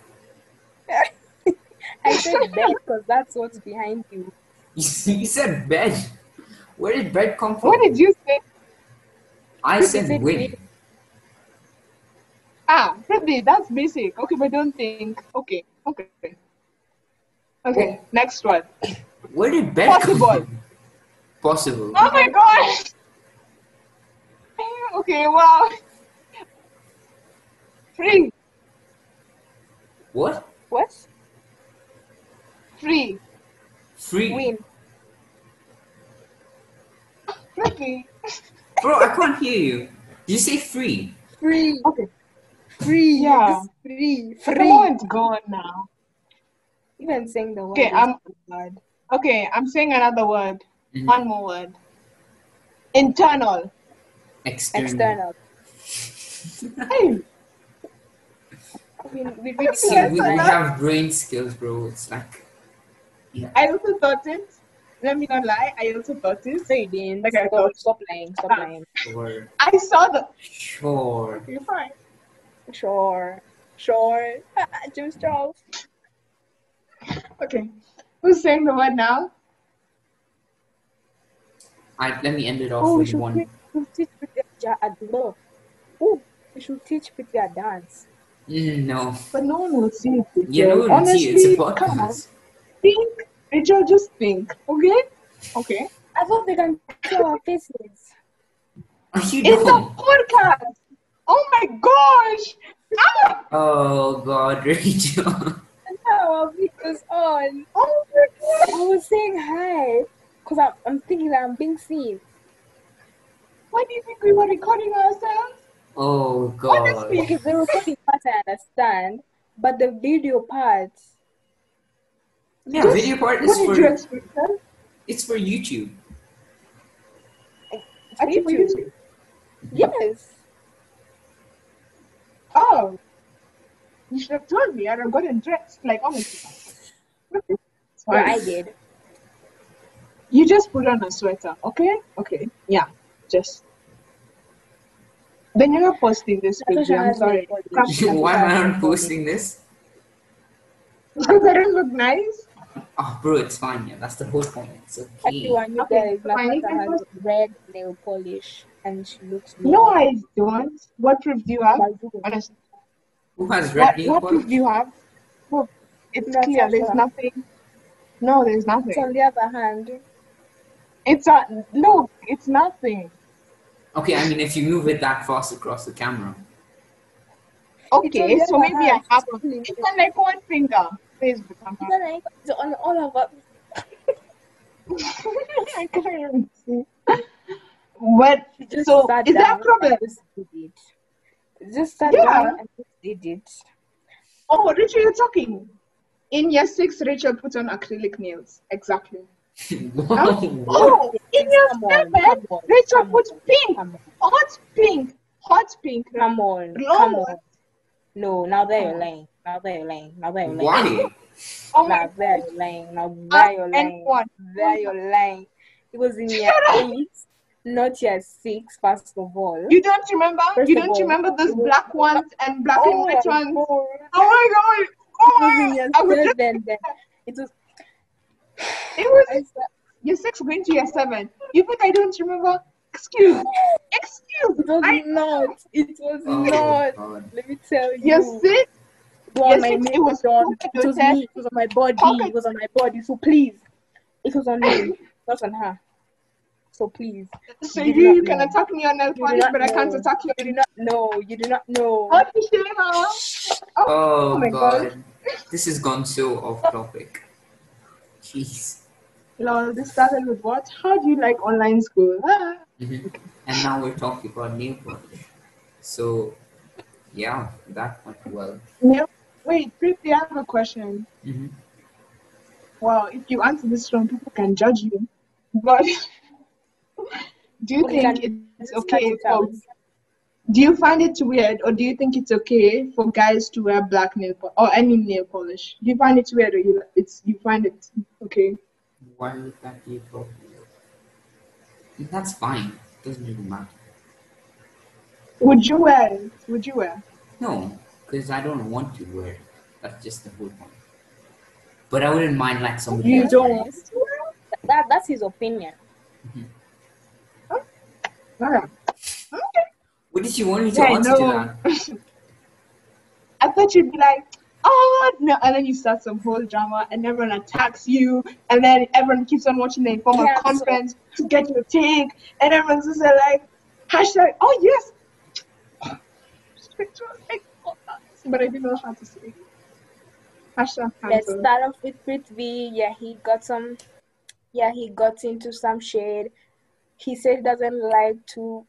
Speaker 3: I said bed because that's what's behind you.
Speaker 1: You, s- you said bed. Where did bed come from?
Speaker 2: What did you say?
Speaker 1: I said
Speaker 3: said
Speaker 1: win.
Speaker 3: bed.
Speaker 2: Ah, Freddy, that's basic. Okay, but don't think. Okay, okay. Okay, next one.
Speaker 1: Where did bed come
Speaker 2: Possible.
Speaker 1: from? Possible.
Speaker 2: Oh my gosh! Okay, wow. Free,
Speaker 1: What?
Speaker 3: What?
Speaker 2: free. E.
Speaker 1: Free.
Speaker 3: Win.
Speaker 2: Freddy.
Speaker 1: Bro, I can't hear you. Did you say free?
Speaker 3: Free.
Speaker 2: Okay,
Speaker 3: Free.
Speaker 2: Yeah.
Speaker 3: It's Free.
Speaker 2: the
Speaker 3: Free.
Speaker 2: moment's gone now.
Speaker 3: Even saying the word.
Speaker 2: Okay, um,
Speaker 3: is
Speaker 2: I'm-
Speaker 3: hard.
Speaker 2: Okay, I'm saying another word.
Speaker 1: Mhm.
Speaker 2: One more word. Internal.
Speaker 1: External.
Speaker 3: External.
Speaker 2: Hey,
Speaker 3: We, we really
Speaker 1: See,
Speaker 2: Yes,
Speaker 1: we,
Speaker 2: I
Speaker 1: we
Speaker 2: know.
Speaker 1: have brain skills, bro. It's like
Speaker 2: I also thought it. Let me not lie. I also thought it.
Speaker 3: say it.
Speaker 2: Okay, I
Speaker 3: stop,
Speaker 2: thought-
Speaker 3: stop lying. Stop
Speaker 2: Ah.
Speaker 3: lying.
Speaker 1: sure.
Speaker 2: I saw the.
Speaker 1: Sure.
Speaker 2: You're fine.
Speaker 3: Sure. Sure. Ah, James Charles.
Speaker 2: Okay. Who's saying the word now?
Speaker 1: I, let me end it off
Speaker 3: Oh, we
Speaker 1: with
Speaker 3: should,
Speaker 1: one.
Speaker 3: teach- we should teach Prithviraj a love. Oh, we should teach Prithviraj a dance.
Speaker 1: Mm, no.
Speaker 2: But no one will see it.
Speaker 1: You know,
Speaker 2: Honestly,
Speaker 1: it's a
Speaker 2: come on.
Speaker 1: podcast.
Speaker 2: Think, Rachel, just think. Okay? Okay.
Speaker 3: I thought they can see our faces.
Speaker 1: Are you
Speaker 2: It's a
Speaker 1: dumb?
Speaker 2: podcast. Oh my gosh. Ah!
Speaker 1: Oh, God, Rachel.
Speaker 3: Now our videos on.
Speaker 2: Oh my
Speaker 3: I
Speaker 2: god.
Speaker 3: was saying hi because I'm, I'm thinking that I'm being seen.
Speaker 2: Why do you think we were recording ourselves?
Speaker 1: Oh, God.
Speaker 2: Honestly.
Speaker 3: Okay, the recording part I understand, But the video part.
Speaker 1: Yeah, video part is
Speaker 3: What did you
Speaker 1: for
Speaker 3: expect? huh?
Speaker 1: it's for YouTube.
Speaker 2: Actually, for
Speaker 3: YouTube.
Speaker 2: YouTube.
Speaker 3: Yes.
Speaker 2: Oh, you should have told me. I'd have gotten dressed. Like, oh honestly. It's
Speaker 3: Well,
Speaker 2: fine.
Speaker 3: I did.
Speaker 2: You just put on a sweater, okay? Okay, yeah, just. Then you're not posting this
Speaker 3: Natasha
Speaker 2: video. I'm
Speaker 3: has
Speaker 2: sorry.
Speaker 3: been posting.
Speaker 2: Because
Speaker 1: Why am I not posting this?
Speaker 2: I don't look nice.
Speaker 1: Oh, bro, it's fine. Yeah, that's the whole point. It's okay.
Speaker 3: Everyone, you
Speaker 2: Okay,
Speaker 3: guys,
Speaker 2: fine, you
Speaker 3: Natasha
Speaker 2: can
Speaker 3: has red nail polish and she looks.
Speaker 2: No, I don't. What proof do you have? Honestly,
Speaker 1: Who has red
Speaker 2: what,
Speaker 1: nail
Speaker 2: what proof
Speaker 1: polish?
Speaker 2: do you have? Proof. It's
Speaker 3: Natasha.
Speaker 2: clear. There's nothing. No, there's nothing.
Speaker 3: On the other hand,
Speaker 2: It's a no. It's nothing.
Speaker 1: Okay, I mean, if you move it that fast across the camera.
Speaker 2: Oh, Okay,
Speaker 3: It's
Speaker 2: so
Speaker 3: on the other
Speaker 2: maybe I
Speaker 3: hand.
Speaker 2: have. A, it's on like one finger. Facebook. I'm
Speaker 3: it's like it's on all of us.
Speaker 2: I can't even see. But
Speaker 3: She just
Speaker 2: so
Speaker 3: sat
Speaker 2: is that
Speaker 3: down
Speaker 2: a problem?
Speaker 3: and Just did it. Just sat
Speaker 2: Yeah.
Speaker 3: down and just did it.
Speaker 2: Oh, Rachel, you're talking. In year six, Rachel put on acrylic nails. Exactly.
Speaker 1: Wow.
Speaker 2: Oh, in year
Speaker 3: Come on,
Speaker 2: seven,
Speaker 3: come on,
Speaker 2: Rachel
Speaker 3: come
Speaker 2: put pink,
Speaker 3: Come on,
Speaker 2: hot pink, hot pink.
Speaker 3: come on,
Speaker 2: Glow.
Speaker 3: come on. No, now that you're lying. Now that you're lying. Now that you're lying.
Speaker 1: Why?
Speaker 2: Oh my
Speaker 3: Now that you're lying. Now that you're
Speaker 2: And
Speaker 3: lying.
Speaker 2: one.
Speaker 3: There you're lying. It was in year eight, not year six. First of all.
Speaker 2: You don't remember?
Speaker 3: First
Speaker 2: you
Speaker 3: of
Speaker 2: don't
Speaker 3: all,
Speaker 2: remember those
Speaker 3: it was-
Speaker 2: black ones and black and
Speaker 3: Oh
Speaker 2: white
Speaker 3: my
Speaker 2: ones?
Speaker 3: God.
Speaker 2: Oh my god! Oh
Speaker 3: It was in
Speaker 2: my
Speaker 3: year
Speaker 2: I was just,
Speaker 3: seven. Then it was.
Speaker 2: it was
Speaker 3: I sa-
Speaker 2: year six going to year seven. You think I don't remember? Excuse, excuse.
Speaker 3: It was
Speaker 2: I
Speaker 3: not. It was
Speaker 1: Oh,
Speaker 3: not.
Speaker 1: God.
Speaker 3: Let me tell you.
Speaker 2: year six.
Speaker 3: It was on
Speaker 2: yes,
Speaker 3: my
Speaker 2: it-
Speaker 3: knee,
Speaker 2: it was
Speaker 3: on.
Speaker 2: pocket
Speaker 3: It was
Speaker 2: protest.
Speaker 3: me. It was on my body. It
Speaker 2: Pocket-
Speaker 3: was on my body. So please, it was on me, not on her. So please,
Speaker 2: So
Speaker 3: You do
Speaker 2: you,
Speaker 3: not
Speaker 2: you can
Speaker 3: know.
Speaker 2: attack me on nail
Speaker 3: You do
Speaker 2: polish,
Speaker 3: not
Speaker 2: but I can't
Speaker 3: know.
Speaker 2: attack you.
Speaker 3: you do not know. You do not know.
Speaker 2: What is she now?
Speaker 1: Oh,
Speaker 2: Oh my
Speaker 1: God.
Speaker 2: God.
Speaker 1: This has gone so off topic. Jeez.
Speaker 2: Lol, this started with what? How do you like online school? Ah.
Speaker 1: Mhm. And now we're talking about nail polish. So, yeah, that went well.
Speaker 2: Nail- Wait, Priti, I have a question.
Speaker 1: hmm
Speaker 2: Well, if you answer this wrong, people can judge you. But do you
Speaker 3: We can
Speaker 2: think it's
Speaker 3: just
Speaker 2: okay
Speaker 3: cut it
Speaker 2: for?
Speaker 3: out.
Speaker 2: Do you find it weird, or do you think it's okay for guys to wear black nail po- or any nail polish? Do you find it weird, or you it's you find it okay?
Speaker 1: Why would that be a problem? That's fine. Doesn't really matter.
Speaker 2: Would you wear? it? Would you wear?
Speaker 1: No, because I don't want to wear it. That's just the whole point. But I wouldn't mind like somebody.
Speaker 3: You
Speaker 1: else
Speaker 3: don't
Speaker 1: wearing
Speaker 3: want to. That that's his opinion.
Speaker 2: Alright.
Speaker 1: it. What did you want me to
Speaker 2: Yeah, I
Speaker 1: answer to
Speaker 2: know.
Speaker 1: that?
Speaker 2: I thought you'd be like, oh no, and then you start some whole drama, and everyone attacks you, and then everyone keeps on watching the informal
Speaker 3: Yeah, so-
Speaker 2: conference to get your take, and everyone's just like, hashtag, oh yes, but I didn't know how to say. it. Hashtag
Speaker 3: Let's
Speaker 2: cancel.
Speaker 3: start off with Prithvi. Yeah, he got some. Yeah, he got into some shade. He said he doesn't like to.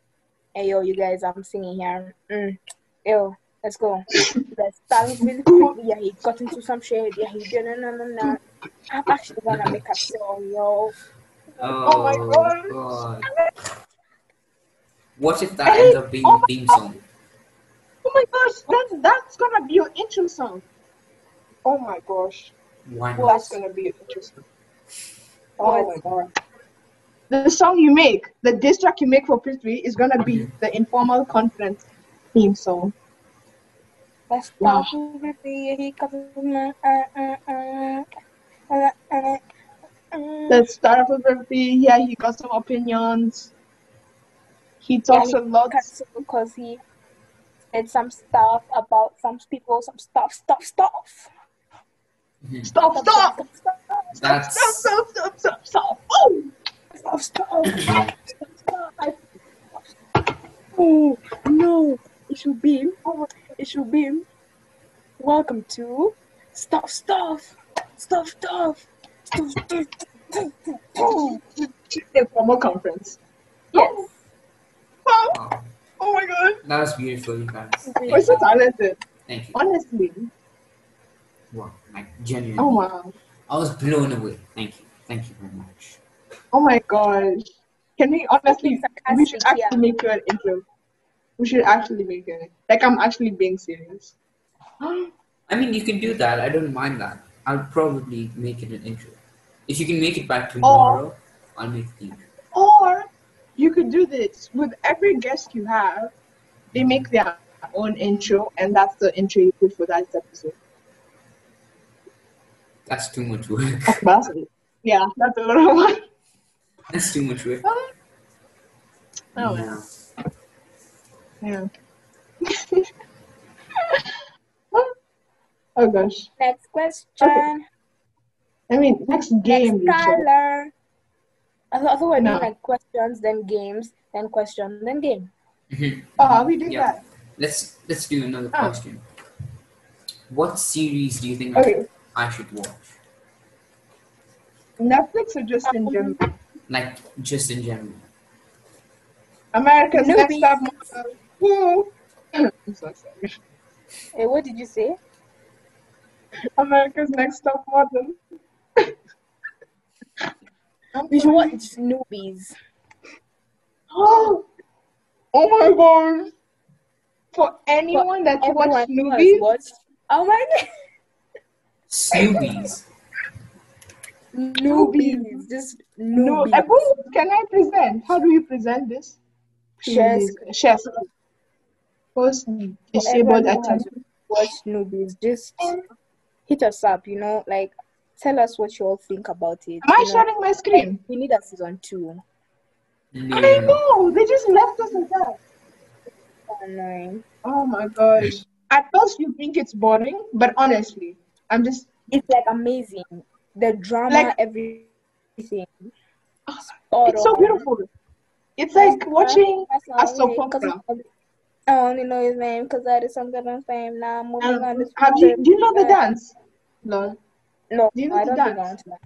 Speaker 3: Hey yo, you guys, I'm singing here. Mm. Yo, let's go. Let's start off with Prithvi. Yeah, he got into some shade. Yeah, he did. No, no, no, no. I'm actually gonna make a song, yo.
Speaker 1: Oh,
Speaker 2: Oh my God.
Speaker 1: What if that ends up being a theme song?
Speaker 2: Oh my gosh, that, that's gonna be your intro song. Oh my gosh,
Speaker 1: Why not?
Speaker 2: that's gonna be your intro song. Oh
Speaker 3: What?
Speaker 2: god. The song you make, the diss track you make for Prithvi is gonna be the informal conference theme song.
Speaker 3: Let's
Speaker 2: Wow.
Speaker 3: start with Prithvi. Yeah, he got some. Uh, uh, uh, uh, uh, uh.
Speaker 2: Let's start off with Prithvi. Yeah, he got some opinions. He talks a lot.
Speaker 3: because he said some stuff about some people, some stuff, stuff, stuff.
Speaker 1: Mhm.
Speaker 2: Stop, stop!
Speaker 3: Stuff, stuff,
Speaker 2: Stop,
Speaker 1: That's
Speaker 2: stop, stop, stop, stop. Oh!
Speaker 3: stuff, stuff, stuff, stuff, stuff. Oh no! It should be. It should be. Welcome to stuff, stuff, stuff, stuff, stuff, stuff. stuff, stuff.
Speaker 2: The oh. informal conference.
Speaker 3: Yes.
Speaker 2: Wow.
Speaker 1: wow.
Speaker 2: Oh my god.
Speaker 1: That was beautiful, you guys.
Speaker 2: We're
Speaker 3: We're
Speaker 1: Thank
Speaker 2: so
Speaker 1: you.
Speaker 2: talented.
Speaker 1: Thank you.
Speaker 2: Honestly.
Speaker 1: Wow, like genuinely.
Speaker 2: Oh wow.
Speaker 1: I was blown away. Thank you. Thank you very much.
Speaker 2: Oh my gosh. Can we honestly?
Speaker 3: Sarcastic,
Speaker 2: We should
Speaker 3: yeah.
Speaker 2: actually make you an intro. We should actually make you an like. I'm actually being serious.
Speaker 1: I mean, you can do that. I don't mind that. I'll probably make it an intro. If you can make it by tomorrow,
Speaker 2: Oh.
Speaker 1: I'll make the intro.
Speaker 2: Or you could do this with every guest you have. They make their own intro, and that's the intro you put for that episode.
Speaker 1: That's too much work.
Speaker 2: That's it. Yeah, that's a lot of work.
Speaker 1: That's too much work.
Speaker 2: Oh, well.
Speaker 1: Yeah.
Speaker 2: Yeah. oh gosh.
Speaker 3: Next question.
Speaker 2: I mean, next game.
Speaker 3: Next,
Speaker 2: Rachel.
Speaker 3: Tyler. I thought, I thought we were
Speaker 2: No.
Speaker 3: doing like questions, then games, then question, then game.
Speaker 1: Mhm.
Speaker 2: Oh, we did
Speaker 1: Yeah.
Speaker 2: that.
Speaker 1: Let's let's do another
Speaker 2: Oh.
Speaker 1: question. What series do you think
Speaker 2: Okay.
Speaker 1: I should watch?
Speaker 2: Netflix or just
Speaker 3: Um,
Speaker 2: in general?
Speaker 1: Like just in general.
Speaker 2: America's Next
Speaker 3: Newbies.
Speaker 2: Top Model. Woo! I'm so sorry.
Speaker 3: Eh, what did you say?
Speaker 2: America's Next Top Model. I'm
Speaker 3: We should
Speaker 2: sorry.
Speaker 3: watch newbies.
Speaker 2: Oh my gosh. For anyone that
Speaker 3: Everyone
Speaker 2: watched
Speaker 3: who has
Speaker 2: movies,
Speaker 3: watched- Oh my god.
Speaker 1: Snoobies.
Speaker 3: Newbies. Just
Speaker 2: no.
Speaker 3: newbies.
Speaker 2: Abu, can I present? How do you present this?
Speaker 3: Share
Speaker 2: Please,
Speaker 3: screen.
Speaker 2: Share screen. Post disabled
Speaker 3: everyone who has
Speaker 2: attention.
Speaker 3: watched newbies. Just hit us up, you know, like tell us what you all think about it.
Speaker 2: Am I
Speaker 3: you know.
Speaker 2: sharing my screen?
Speaker 3: We need a season two.
Speaker 1: No.
Speaker 2: I know. They just left us at that.
Speaker 3: Annoying.
Speaker 2: Oh my gosh. At first, you think it's boring, but honestly, I'm just.
Speaker 3: It's like amazing. The drama,
Speaker 2: Like-
Speaker 3: everything.
Speaker 2: Oh,
Speaker 3: Spot
Speaker 2: It's so
Speaker 3: on.
Speaker 2: beautiful. It's like watching
Speaker 3: That's my
Speaker 2: a soap
Speaker 3: only- 'cause
Speaker 2: opera.
Speaker 3: I only know his name because that is some good on fame. Now I'm moving on.
Speaker 2: Um,
Speaker 3: to-
Speaker 2: have you? Do you know the dance? No.
Speaker 3: No,
Speaker 2: do you know
Speaker 3: I
Speaker 2: the
Speaker 3: don't think I want
Speaker 2: dance?
Speaker 3: to know.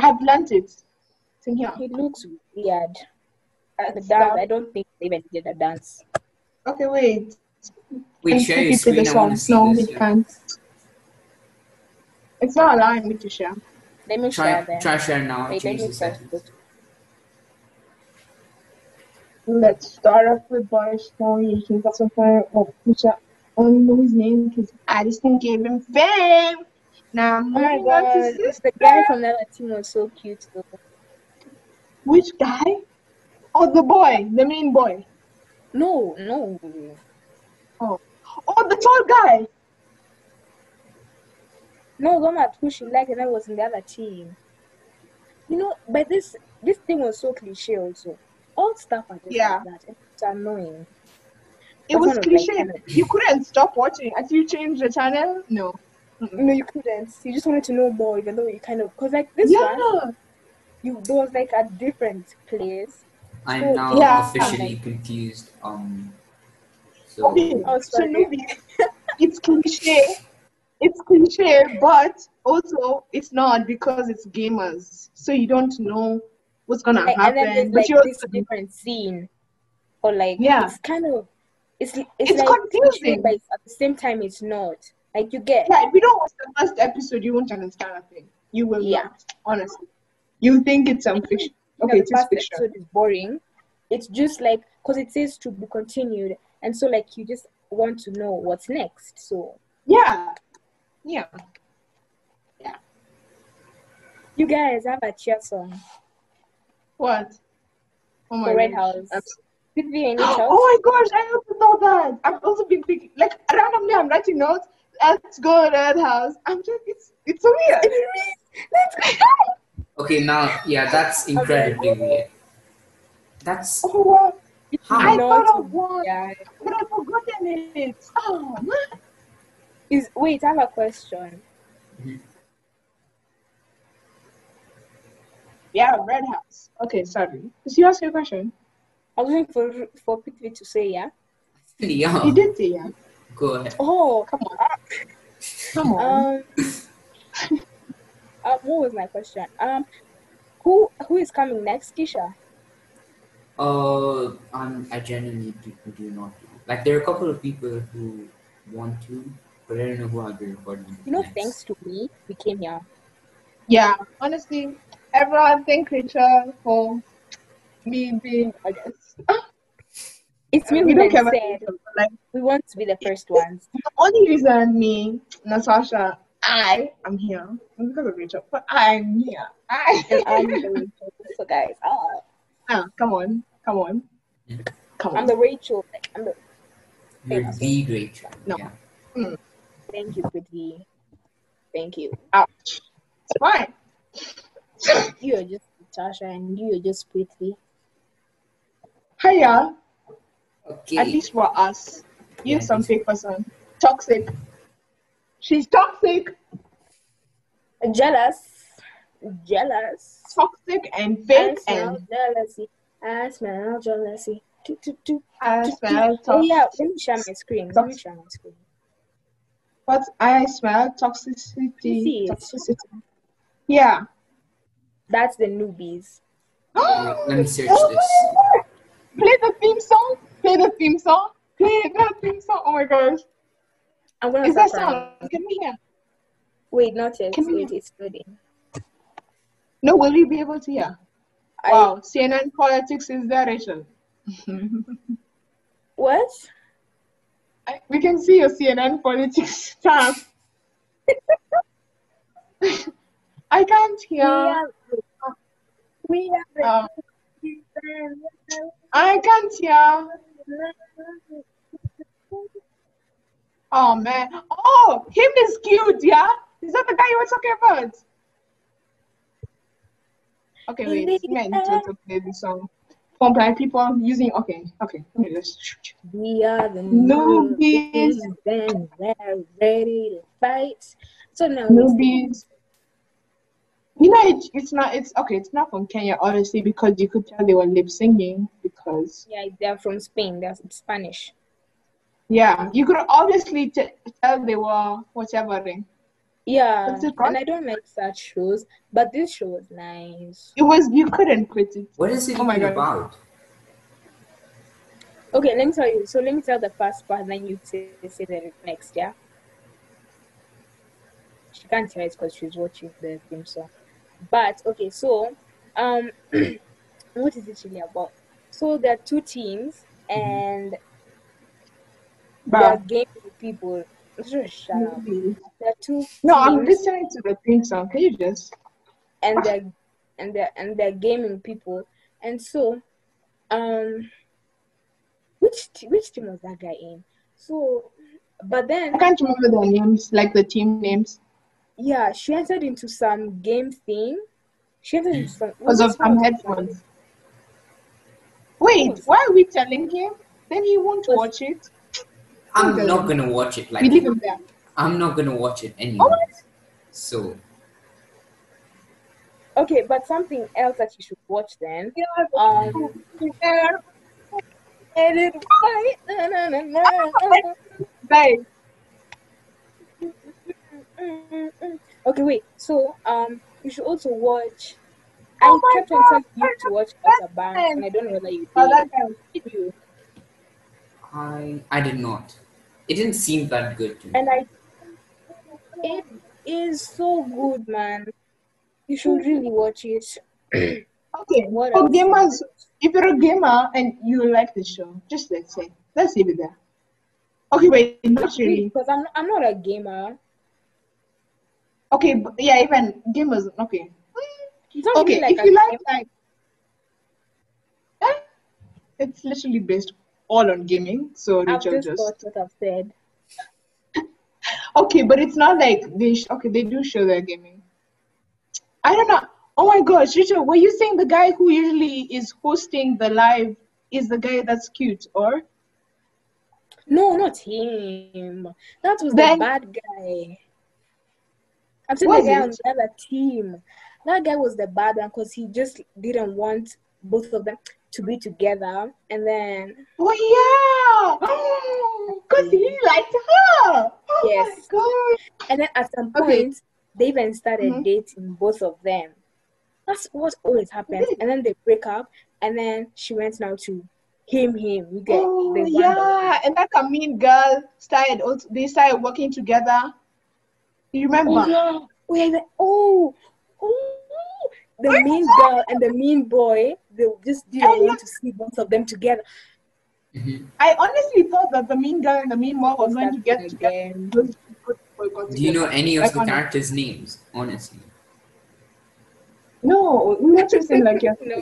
Speaker 2: I've learnt it. It's in here.
Speaker 3: He looks weird. Uh, The
Speaker 2: Stop.
Speaker 3: dance, I don't think they even did a dance.
Speaker 2: Okay, wait.
Speaker 1: Wait,
Speaker 2: Can
Speaker 1: share
Speaker 2: you
Speaker 1: your
Speaker 2: people the
Speaker 1: screen. I want to
Speaker 2: songs?
Speaker 1: see
Speaker 2: No,
Speaker 1: this.
Speaker 2: we
Speaker 1: yeah.
Speaker 2: can't. It's not allowing me to share.
Speaker 3: Let me
Speaker 1: Try
Speaker 3: share them.
Speaker 1: try share now.
Speaker 3: Wait, let
Speaker 1: Change
Speaker 3: me
Speaker 1: the
Speaker 3: search
Speaker 1: settings.
Speaker 3: it.
Speaker 2: Let's start off with Boris Tony. He's also part of Pusha. Only know his name because Addison gave him fame. Now I'm
Speaker 3: Oh my
Speaker 2: moving on
Speaker 3: god,
Speaker 2: to
Speaker 3: it's
Speaker 2: sister.
Speaker 3: the guy from the other team was so cute though.
Speaker 2: Which guy? Oh, the boy, the main boy.
Speaker 3: No, no.
Speaker 2: Oh, oh, the tall guy.
Speaker 3: No, the one at who she liked and I was in the other team. You know, but this this thing was so cliche also. All stuff are just
Speaker 2: Yeah.
Speaker 3: like that. and It's annoying.
Speaker 2: It
Speaker 3: That's
Speaker 2: was
Speaker 3: one of my
Speaker 2: cliche.
Speaker 3: channels.
Speaker 2: You couldn't stop watching until you changed the channel. No.
Speaker 3: No, you couldn't. You just wanted to know more, even though you kind of because like this
Speaker 2: Yeah.
Speaker 3: one, you there was like a different place.
Speaker 1: I'm now
Speaker 2: Yeah.
Speaker 1: officially confused. Um. So
Speaker 2: Okay.
Speaker 3: Oh,
Speaker 2: So
Speaker 3: sorry.
Speaker 2: newbie, it's cliche. It's cliche, but also it's not because it's gamers. So you don't know what's gonna
Speaker 3: Like, and
Speaker 2: happen.
Speaker 3: then there's
Speaker 2: but
Speaker 3: like
Speaker 2: you're
Speaker 3: this different scene, or like
Speaker 2: Yeah.
Speaker 3: it's kind of it's it's,
Speaker 2: It's
Speaker 3: like
Speaker 2: confusing.
Speaker 3: but it's, at the same time it's not. Like you get
Speaker 2: yeah, if you don't watch the first episode, you won't understand a thing. You will
Speaker 3: Yeah.
Speaker 2: not, honestly. You think it's some fiction. Okay,
Speaker 3: know,
Speaker 2: it
Speaker 3: the
Speaker 2: is
Speaker 3: first
Speaker 2: fiction.
Speaker 3: episode is boring. It's just like because it says to be continued, and so like you just want to know what's next. So
Speaker 2: Yeah. Yeah.
Speaker 3: you guys have a cheer song
Speaker 2: What? Oh
Speaker 3: for Red
Speaker 2: gosh.
Speaker 3: House.
Speaker 2: I'm
Speaker 3: Did we any house?
Speaker 2: Oh my gosh, I also know that. I've also been thinking, like randomly, I'm writing notes. Let's go Red House. I'm just, it's, it's so weird.
Speaker 3: Let's go.
Speaker 1: okay, now yeah, that's incredibly weird. That's
Speaker 2: Oh wow, I
Speaker 1: how.
Speaker 2: thought of one,
Speaker 3: Yeah.
Speaker 2: but I've forgotten it. Oh man.
Speaker 3: Is wait, I have a question.
Speaker 2: Yeah, Red House. Okay, sorry. Did you ask your question?
Speaker 3: I was waiting for for Pitvi to say yeah.
Speaker 2: You
Speaker 1: Yeah.
Speaker 2: did say yeah.
Speaker 1: Go ahead.
Speaker 3: Oh,
Speaker 2: Come on. Come on.
Speaker 3: um, uh, what was my question? Um, who who is coming next, Kisha?
Speaker 1: Uh, I'm, I genuinely do, do not know. Like, there are a couple of people who want to, but I don't know who I'll be recording.
Speaker 3: You know,
Speaker 1: next.
Speaker 3: thanks to me, we came here.
Speaker 2: Yeah, honestly, everyone thank Rachel for me being a guest.
Speaker 3: It's me
Speaker 2: We
Speaker 3: who
Speaker 2: don't
Speaker 3: then
Speaker 2: care about
Speaker 3: said
Speaker 2: Rachel, but, like
Speaker 3: we want to be the first ones.
Speaker 2: the only reason me, Natasha, I am here is because of Rachel. But I'm here.
Speaker 3: And
Speaker 2: I
Speaker 3: I'm the Rachel. So guys, ah,
Speaker 2: Ah, come on, come on, come
Speaker 3: I'm
Speaker 2: on.
Speaker 3: the Rachel. Like, I'm the
Speaker 1: You're the great.
Speaker 2: No.
Speaker 1: Yeah.
Speaker 3: thank you, Pretty. Thank you.
Speaker 2: Ouch. It's fine.
Speaker 3: You are just Natasha, and you are just Pretty.
Speaker 2: Hiya.
Speaker 1: Okay.
Speaker 2: At least for us.
Speaker 1: Yeah,
Speaker 2: You're
Speaker 1: at
Speaker 2: some
Speaker 1: least-
Speaker 2: fake person. Toxic. She's toxic,
Speaker 3: Jealous, jealous.
Speaker 2: toxic and
Speaker 3: I
Speaker 2: fake
Speaker 3: smell
Speaker 2: and
Speaker 3: jealousy. I smell jealousy. Toot, toot, toot,
Speaker 2: I
Speaker 3: toot,
Speaker 2: smell
Speaker 3: toot. Oh, yeah,
Speaker 2: toxic.
Speaker 3: let me share my screen. Let me share my screen.
Speaker 2: But I smell toxicity.
Speaker 3: Disease.
Speaker 2: Toxicity. Yeah.
Speaker 3: That's the newbies.
Speaker 1: Let me search
Speaker 2: Oh my
Speaker 1: this.
Speaker 2: God. Play the theme song. Play the theme song. Play the theme song. Oh my gosh.
Speaker 3: I'm gonna
Speaker 2: Is that
Speaker 3: stop
Speaker 2: sound?
Speaker 3: crying.
Speaker 2: Can we hear?
Speaker 3: Wait, not yet.
Speaker 2: Can we-
Speaker 3: Wait, it's loading.
Speaker 2: No, will you be able to hear?
Speaker 3: I-
Speaker 2: wow. CNN politics is there, Rachel.
Speaker 3: What?
Speaker 2: I- we can see your CNN politics stuff. I can't hear.
Speaker 3: We are. uh, We are. the
Speaker 2: Um,
Speaker 3: children.
Speaker 2: I can't hear. Oh man. Oh, him is cute, yeah? Is that the guy you were talking about? Okay,
Speaker 3: In
Speaker 2: wait.
Speaker 3: the
Speaker 2: Men to, to play this song. From black people using okay, okay. Let me just
Speaker 3: We are the
Speaker 2: Newbies.
Speaker 3: newbies. Then we're ready to fight. So now we
Speaker 2: newbies. You know it, it's not it's okay, it's not from Kenya honestly because you could tell they were lip singing because
Speaker 3: Yeah, they're from Spain. They're Spanish.
Speaker 2: yeah, you could obviously t- tell they were whatever ring.
Speaker 3: Yeah,
Speaker 2: What's it called?
Speaker 3: and I don't like such shows, but this show was nice.
Speaker 2: It was you couldn't quit it.
Speaker 1: What is it
Speaker 2: Oh my
Speaker 1: even
Speaker 2: God.
Speaker 1: about?
Speaker 3: Okay, let me tell you. So let me tell the first part, then you say, say the next. Yeah. She can't hear it because she's watching the theme song. But okay, so um, what is it really about? So there are two teams,
Speaker 2: Mm-hmm.
Speaker 3: and they are
Speaker 2: But
Speaker 3: gaming people. Just shut up. There are two.
Speaker 2: no, I'm
Speaker 3: teams.
Speaker 2: listening to the theme song. Can you just
Speaker 3: and they're and they're and they're gaming people. And so, um, which t- which team was that guy in? So, but then
Speaker 2: I can't remember their names, like the team names.
Speaker 3: yeah, she entered into some game thing. She entered into some
Speaker 2: Because of some headphones. Wait, why are we telling him? Then he won't
Speaker 3: Was-
Speaker 2: watch it.
Speaker 1: I'm
Speaker 2: Okay.
Speaker 1: not gonna watch it.
Speaker 2: We leave
Speaker 1: Like
Speaker 2: him there.
Speaker 1: I'm not gonna watch
Speaker 2: Oh,
Speaker 1: it anyway. So
Speaker 3: Okay, but something else that you should watch then. Um, edit right. Na, na, na, na.
Speaker 2: Like,
Speaker 3: Okay, wait. So, um, you should also watch.
Speaker 2: Oh
Speaker 3: I
Speaker 2: my
Speaker 3: kept on telling you to watch Outer Banks, and I don't know whether you
Speaker 2: oh,
Speaker 3: did.
Speaker 2: that guy.
Speaker 3: Did you?
Speaker 1: I I did not. It didn't seem that good to me.
Speaker 3: And I. It is so good, man. You
Speaker 2: Mm.
Speaker 3: should really watch it.
Speaker 2: Okay,
Speaker 3: What
Speaker 2: for
Speaker 3: else?
Speaker 2: gamers, if you're a gamer and you like the show, just let's say, let's leave it there. Okay, wait, not really.
Speaker 3: Because I'm I'm not a gamer.
Speaker 2: Okay, but yeah, even gamers, okay.
Speaker 3: It's not
Speaker 2: Okay,
Speaker 3: really like
Speaker 2: if
Speaker 3: a
Speaker 2: you
Speaker 3: game-
Speaker 2: like, like, eh, it's literally based all on gaming. So
Speaker 3: I've
Speaker 2: Rachel
Speaker 3: just
Speaker 2: just
Speaker 3: thought what I've said.
Speaker 2: okay, but it's not like they sh- okay they do show their gaming. I don't know. Oh my gosh, Rachel, were you saying the guy who usually is hosting the live is the guy that's cute, or
Speaker 3: No, not him. That was
Speaker 2: Then-
Speaker 3: the bad guy. I'm saying
Speaker 2: Was
Speaker 3: the guy on
Speaker 2: it?
Speaker 3: the other team. That guy was the bad one because he just didn't want both of them to be together. And then,
Speaker 2: oh yeah, because he liked her. Oh
Speaker 3: Yes.
Speaker 2: my god.
Speaker 3: and then at some
Speaker 2: Okay.
Speaker 3: point, they even started
Speaker 2: Mhm.
Speaker 3: dating both of them. That's what always happens.
Speaker 2: Really?
Speaker 3: And then they break up. And then she went now to him, him. You get
Speaker 2: Oh,
Speaker 3: the one that-
Speaker 2: yeah, and that Kamin girl started. also- They started working together. You
Speaker 3: Oh,
Speaker 2: remember?
Speaker 3: yeah. Oh, yeah, the- oh, oh, the mean girl and the mean boy. They just didn't want to see both of them together.
Speaker 1: Mhm.
Speaker 2: I honestly thought that the mean girl and the mean mom were going to get together.
Speaker 3: Again.
Speaker 2: Those people got
Speaker 1: Do you know
Speaker 2: together.
Speaker 1: any of
Speaker 2: Like
Speaker 1: the
Speaker 2: on-
Speaker 1: characters' names? Honestly,
Speaker 2: No, you're not using like your Come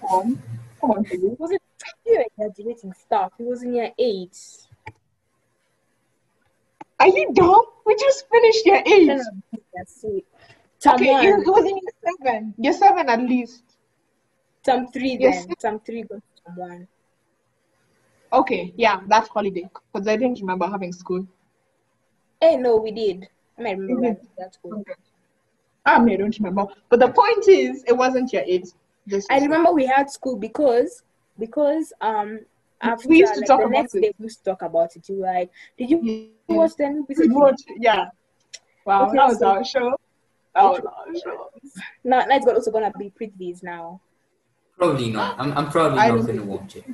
Speaker 2: on, come on, Tolu.
Speaker 3: It wasn't you exaggerating stuff. It was in year eight.
Speaker 2: Are you dumb? We just finished year eight.
Speaker 3: That's it. Term
Speaker 2: Okay,
Speaker 3: one,
Speaker 2: it was in year seven. Year seven at least.
Speaker 3: term three, then
Speaker 2: Yes.
Speaker 3: term three goes to term one.
Speaker 2: Okay, yeah, that's holiday because I didn't remember having school.
Speaker 3: Hey, Eh, no, we did. I might remember
Speaker 2: We did.
Speaker 3: that. That's cool.
Speaker 2: I mean, Ah, I don't remember. But the point is, it wasn't year eight. This
Speaker 3: I
Speaker 2: was-
Speaker 3: remember we had school because because um after
Speaker 2: We used to
Speaker 3: like,
Speaker 2: talk
Speaker 3: the
Speaker 2: about
Speaker 3: next
Speaker 2: it.
Speaker 3: day we used to talk about it. You were like, did you
Speaker 2: Yeah.
Speaker 3: watch the new
Speaker 2: We watched, yeah. Wow,
Speaker 3: Okay,
Speaker 2: that was
Speaker 3: so-
Speaker 2: our show. That was our show.
Speaker 3: Now, now it's got- also gonna be Prithvi's now.
Speaker 1: probably not. I'm, I'm probably
Speaker 2: I
Speaker 1: not
Speaker 2: don't-
Speaker 1: gonna watch it.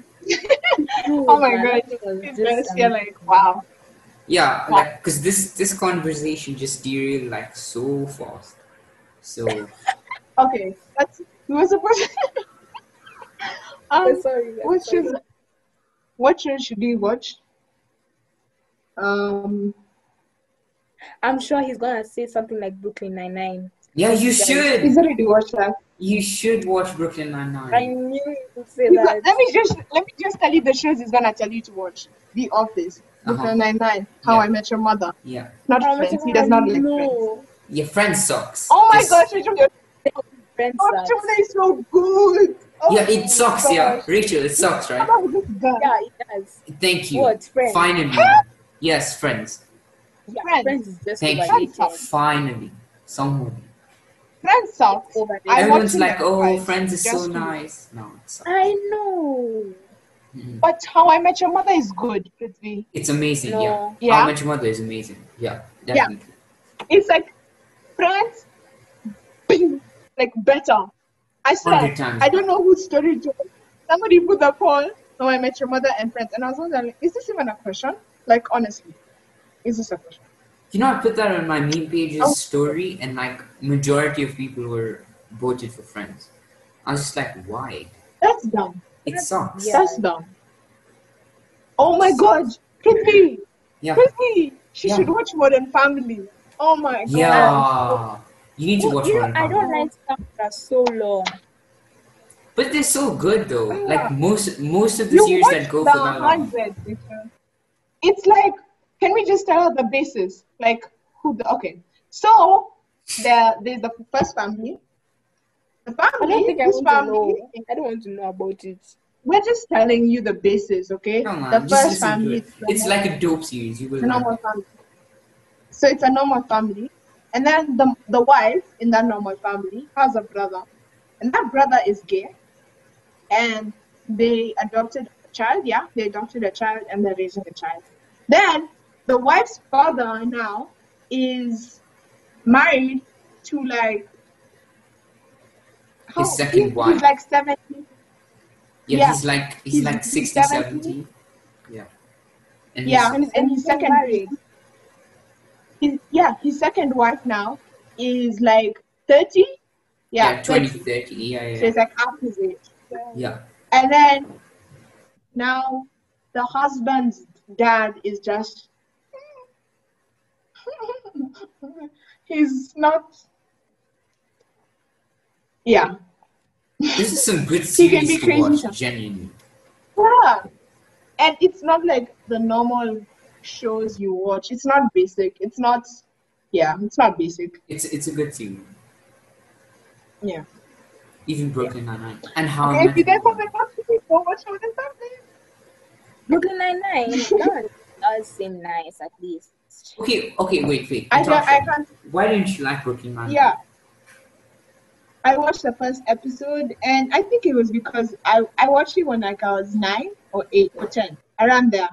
Speaker 2: Oh my
Speaker 3: Man,
Speaker 2: God.
Speaker 3: that was
Speaker 2: It's
Speaker 3: just um,
Speaker 2: just, you're
Speaker 3: amazing.
Speaker 2: like, wow.
Speaker 1: Yeah,
Speaker 2: Wow.
Speaker 1: like because this this conversation just derailed like so fast. So
Speaker 2: Okay, that's we were supposed. to- um,
Speaker 3: I'm sorry. I'm
Speaker 2: what
Speaker 3: sorry.
Speaker 2: should what show should we watch? Um,
Speaker 3: I'm sure he's gonna say something like Brooklyn Nine Nine.
Speaker 1: yeah, you
Speaker 3: Guys,
Speaker 1: should
Speaker 2: he's already watched that.
Speaker 1: you should watch Brooklyn Nine
Speaker 3: I
Speaker 2: Mm.
Speaker 1: Nine.
Speaker 3: knew you would say
Speaker 2: He's
Speaker 3: that.
Speaker 2: not- let me just let me just tell you the shows he's gonna tell you to watch: The Office, Brooklyn Nine Nine, How
Speaker 1: Yeah.
Speaker 2: I Met Your Mother.
Speaker 1: Yeah,
Speaker 2: Not
Speaker 3: How much
Speaker 2: Friends. He
Speaker 3: I
Speaker 2: does not like Friends.
Speaker 3: know.
Speaker 1: yeah, Friends sucks.
Speaker 2: Oh my
Speaker 1: Just-
Speaker 2: gosh, Rachel, your
Speaker 3: Friends
Speaker 2: Rachel
Speaker 3: sucks.
Speaker 2: is so good. Oh
Speaker 1: Yeah, it sucks. Yeah,
Speaker 2: gosh.
Speaker 1: Rachel, it sucks, right?
Speaker 2: How about this girl?
Speaker 3: Yeah, it does.
Speaker 1: Thank you.
Speaker 3: What, Friends?
Speaker 1: Finally, yes, Friends.
Speaker 3: Yeah,
Speaker 2: Friends.
Speaker 3: Friends. is just
Speaker 1: Thank you.
Speaker 3: overrated.
Speaker 1: Finally, someone.
Speaker 2: Friends sucks.
Speaker 3: Overrated.
Speaker 2: I
Speaker 1: Everyone's
Speaker 2: watched it
Speaker 1: like, oh,
Speaker 2: twice,
Speaker 1: Friends is so
Speaker 2: just to-
Speaker 1: nice. No, it sucks.
Speaker 3: I know.
Speaker 1: Mhm.
Speaker 2: But How I Met Your Mother is good, Prithvi.
Speaker 1: It's amazing. Yeah.
Speaker 3: No.
Speaker 2: Yeah.
Speaker 1: How much mother is amazing. Yeah,
Speaker 2: Yeah.
Speaker 1: definitely.
Speaker 2: It's like France, like better. I swear,
Speaker 1: Hundred times.
Speaker 2: I don't know whose story it was. Somebody put the poll. How I met your mother and friends, and I was wondering, is this even a question? Like honestly, is this a question?
Speaker 1: You know, I put that on my meme page's
Speaker 2: Oh.
Speaker 1: story, and like majority of people were voted for Friends. I was just like, why?
Speaker 2: That's dumb.
Speaker 1: It sucks.
Speaker 3: Yeah.
Speaker 2: That's dumb. Oh my God, Prithvi,
Speaker 1: Yeah.
Speaker 2: Prithvi, she
Speaker 1: Yeah.
Speaker 2: should watch Modern Family. Oh my God. Um,
Speaker 1: Yeah. You need to watch
Speaker 3: you know,
Speaker 1: Modern
Speaker 3: I
Speaker 1: Family.
Speaker 3: don't like stuff that are so long.
Speaker 1: But they're so good though. Like most most of the
Speaker 2: You
Speaker 1: series that
Speaker 2: watched
Speaker 1: go
Speaker 2: the
Speaker 1: for that long.
Speaker 2: hundred. Rachel. It's like, can we just tell the basis? Like who the okay? So there, there's the first family. The
Speaker 3: I don't
Speaker 2: family,
Speaker 3: think I
Speaker 2: whose
Speaker 3: want to
Speaker 2: family?
Speaker 3: know. I don't want to know about it.
Speaker 2: We're just telling you the basis, okay?
Speaker 1: Come on,
Speaker 2: the
Speaker 1: just
Speaker 2: first
Speaker 1: listen to
Speaker 2: family.
Speaker 1: it.
Speaker 2: is the
Speaker 1: It's
Speaker 2: normal-
Speaker 1: like a dope series. You will
Speaker 2: a
Speaker 1: like
Speaker 2: normal family. So it's a normal family, and then the the wife in that normal family has a brother, and that brother is gay, and they adopted a child. Yeah, they adopted a child, and they're raising a child. Then the wife's father now is married to like how-
Speaker 1: second
Speaker 2: he's,
Speaker 1: wife.
Speaker 2: He's like seventy.
Speaker 1: Yeah,
Speaker 2: Yeah.
Speaker 1: he's like he's,
Speaker 2: He's-
Speaker 1: like
Speaker 2: he's
Speaker 1: 60, 70.
Speaker 2: 70.
Speaker 1: Yeah. And
Speaker 2: Yeah,
Speaker 1: he's-
Speaker 2: and, his
Speaker 3: still
Speaker 2: second
Speaker 3: married.
Speaker 2: His, yeah, his second wife now is like thirty. Yeah,
Speaker 1: yeah, 20,
Speaker 2: 30.
Speaker 1: 30. Yeah,
Speaker 2: So
Speaker 1: yeah.
Speaker 2: it's like half his age.
Speaker 1: Yeah.
Speaker 2: And then now the husband's dad is just he's not yeah.
Speaker 1: This is some good
Speaker 2: He can
Speaker 1: series
Speaker 2: be
Speaker 1: to
Speaker 2: crazy
Speaker 1: watch,
Speaker 2: sometimes.
Speaker 1: genuinely.
Speaker 2: yeah. And it's not like the normal shows you watch. It's not basic. It's not yeah, it's not basic.
Speaker 1: It's it's a good series.
Speaker 2: Yeah.
Speaker 1: Even Brooklyn Nine Nine. And how I
Speaker 2: Okay,
Speaker 1: Met
Speaker 2: if you guys
Speaker 1: Your Mother.
Speaker 2: haven't watched it, go watch it or something.
Speaker 3: Brooklyn Nine Nine does, does seem nice at least.
Speaker 1: Okay, okay, wait, wait.
Speaker 2: I don't I
Speaker 1: Natasha,
Speaker 2: can't
Speaker 1: Why didn't you like Brooklyn Nine?
Speaker 2: yeah. I watched the first episode, and I think it was because I, I watched it when like I was nine or eight or ten, around there.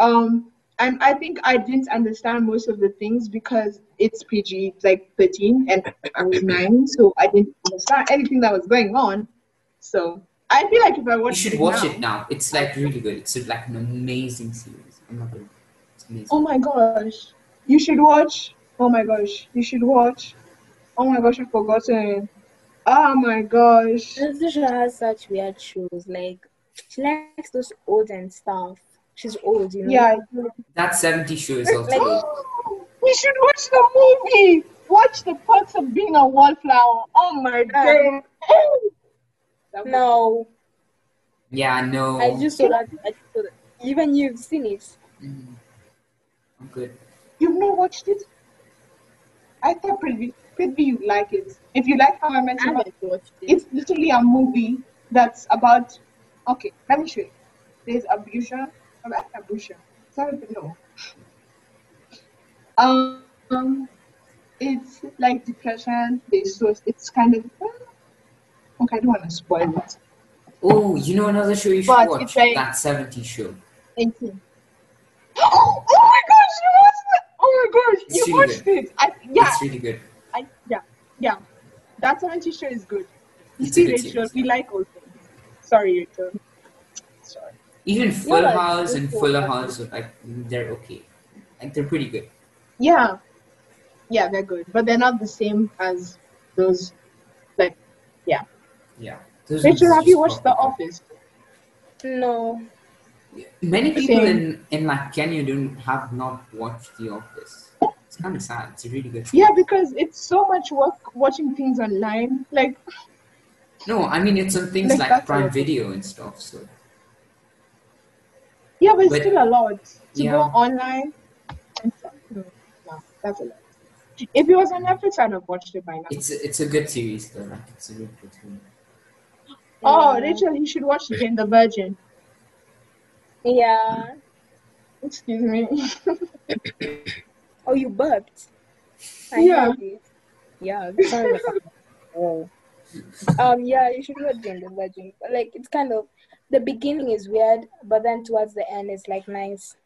Speaker 2: Um, and I think I didn't understand most of the things because it's PG, it's like thirteen, and I was nine, so I didn't understand anything that was going on. So I feel like if I watch
Speaker 1: You should
Speaker 2: it
Speaker 1: watch
Speaker 2: now-
Speaker 1: it now. It's like really good. It's like an amazing series. I'm not gonna. It's amazing.
Speaker 2: Oh my gosh. You should watch. Oh my gosh. You should watch. Oh my gosh, I've forgotten. Oh my gosh.
Speaker 3: Azusa has such weird shows. Like she likes those old and stuff. She's old, you know.
Speaker 2: Yeah.
Speaker 1: That 70 show is also good.
Speaker 2: we should watch the movie. Watch the parts of being a wallflower. Oh my god. That was-
Speaker 3: No,
Speaker 1: Yeah, I know.
Speaker 3: I just saw that. I just saw that. Even you've seen it.
Speaker 1: Mm. I'm good.
Speaker 2: You've not watched it? I thought Prithvi, Prithvi you'd like it. If you like How I Met
Speaker 3: I
Speaker 2: Your Mother,
Speaker 3: haven't watched it.
Speaker 2: it's literally a movie that's about. Okay, let me show you. There's abusion. About abusion. Sorry, but no. Um, um, it's like depression. There's so it's kind of. Okay, I don't want to spoil it.
Speaker 1: Oh, you know another show you should
Speaker 2: But
Speaker 1: watch?
Speaker 2: it's a-
Speaker 1: that 70 show.
Speaker 2: Eighteen. Oh, oh my gosh, you watched it! Oh my gosh,
Speaker 1: It's
Speaker 2: you
Speaker 1: really
Speaker 2: watched it! I, yeah,
Speaker 1: It's really good.
Speaker 2: I, yeah, yeah. That 70 show is good. You
Speaker 1: It's
Speaker 2: see,
Speaker 1: a good
Speaker 2: Rachel,
Speaker 1: series.
Speaker 2: we like all things. Sorry, Rachel. Sorry.
Speaker 1: Even Full
Speaker 3: like,
Speaker 1: House
Speaker 3: it's
Speaker 1: and
Speaker 3: so
Speaker 1: Fuller
Speaker 3: funny.
Speaker 1: House, are like they're okay. Like they're pretty good.
Speaker 2: Yeah, yeah, they're good, but they're not the same as those. Like, yeah.
Speaker 1: Yeah. Those ones
Speaker 2: Rachel, have
Speaker 1: just
Speaker 2: you watched The
Speaker 1: pop up.
Speaker 2: Office?
Speaker 3: No,
Speaker 1: Many people
Speaker 2: Same.
Speaker 1: in, in like Kenya don't have not watched The Office. It's kind of sad. It's a really good. show.
Speaker 2: Yeah, because it's so much work watching things online. Like,
Speaker 1: No, I mean it's on things
Speaker 2: Like,
Speaker 1: like,
Speaker 2: that's
Speaker 1: Prime
Speaker 2: what-
Speaker 1: Video and stuff. So
Speaker 2: yeah, but it's
Speaker 1: But-
Speaker 2: still a lot to
Speaker 1: Yeah.
Speaker 2: go online. And, no, no, that's a lot. If it was on Netflix, I'd have watched it by now.
Speaker 1: it's it's a good series though. Like it's a really good series.
Speaker 2: Oh,
Speaker 3: Yeah.
Speaker 2: Rachel, you should watch Jane the Virgin.
Speaker 3: Yeah.
Speaker 2: Excuse me.
Speaker 3: Oh, you burped.
Speaker 2: Yeah.
Speaker 3: heard it. Yeah. Sorry. oh. Um. Yeah. You should watch Jane the Virgin. But, Like it's kind of the beginning is weird, but then towards the end it's like nice.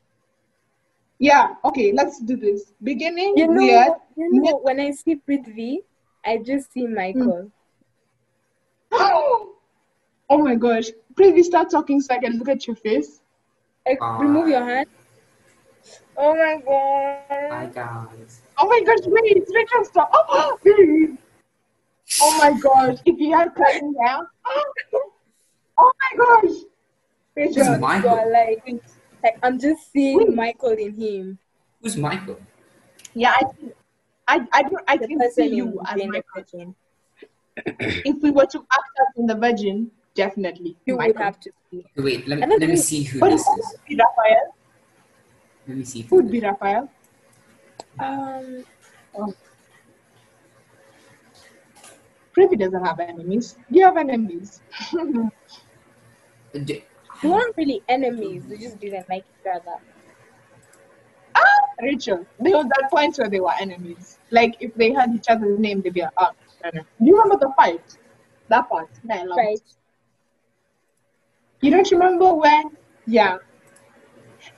Speaker 2: yeah, okay, let's do this. Beginning,
Speaker 3: You know.
Speaker 2: weird.
Speaker 3: You know. When I see Prithvi, I just see
Speaker 2: Hmm.
Speaker 3: Michael.
Speaker 2: oh my gosh. Please start talking so I can look at your face.
Speaker 3: Like,
Speaker 1: Ah.
Speaker 3: remove your hand. Oh my god.
Speaker 1: Hi guys.
Speaker 2: Oh my gosh, wait, it's Rachel stop. Oh, please. oh my gosh, if you had curly hair. Oh my gosh.
Speaker 1: Who's
Speaker 2: Rachel,
Speaker 1: Michael?
Speaker 3: God, like, like I'm just seeing Michael in him.
Speaker 1: Who's Michael?
Speaker 2: yeah, I can, I, I, don't, I
Speaker 3: The
Speaker 2: can
Speaker 3: person
Speaker 2: see you
Speaker 3: in
Speaker 2: as
Speaker 3: Jane the
Speaker 2: Michael.
Speaker 3: Virgin.
Speaker 2: If we were to act up in the Virgin, definitely.
Speaker 3: You would
Speaker 2: Michael.
Speaker 3: have to see.
Speaker 1: Wait, let
Speaker 3: I
Speaker 1: me
Speaker 3: don't
Speaker 1: let me
Speaker 3: think-
Speaker 1: see who
Speaker 2: But
Speaker 1: this
Speaker 2: who
Speaker 1: is.
Speaker 2: would be Raphael?
Speaker 1: Let me see.
Speaker 2: Who
Speaker 1: Who
Speaker 2: would
Speaker 1: this
Speaker 2: be Raphael? Oh.
Speaker 3: Um.
Speaker 2: Privy doesn't have enemies. Do you have enemies?
Speaker 1: D-
Speaker 3: They weren't really enemies. They just didn't like each other.
Speaker 2: ah, Rachel. There was that point where they were enemies. Like if they had each other's name, they'd be like, ah, no, no. Do you remember the fight? That part. That I loved.
Speaker 3: Right?
Speaker 2: You don't remember when? Yeah.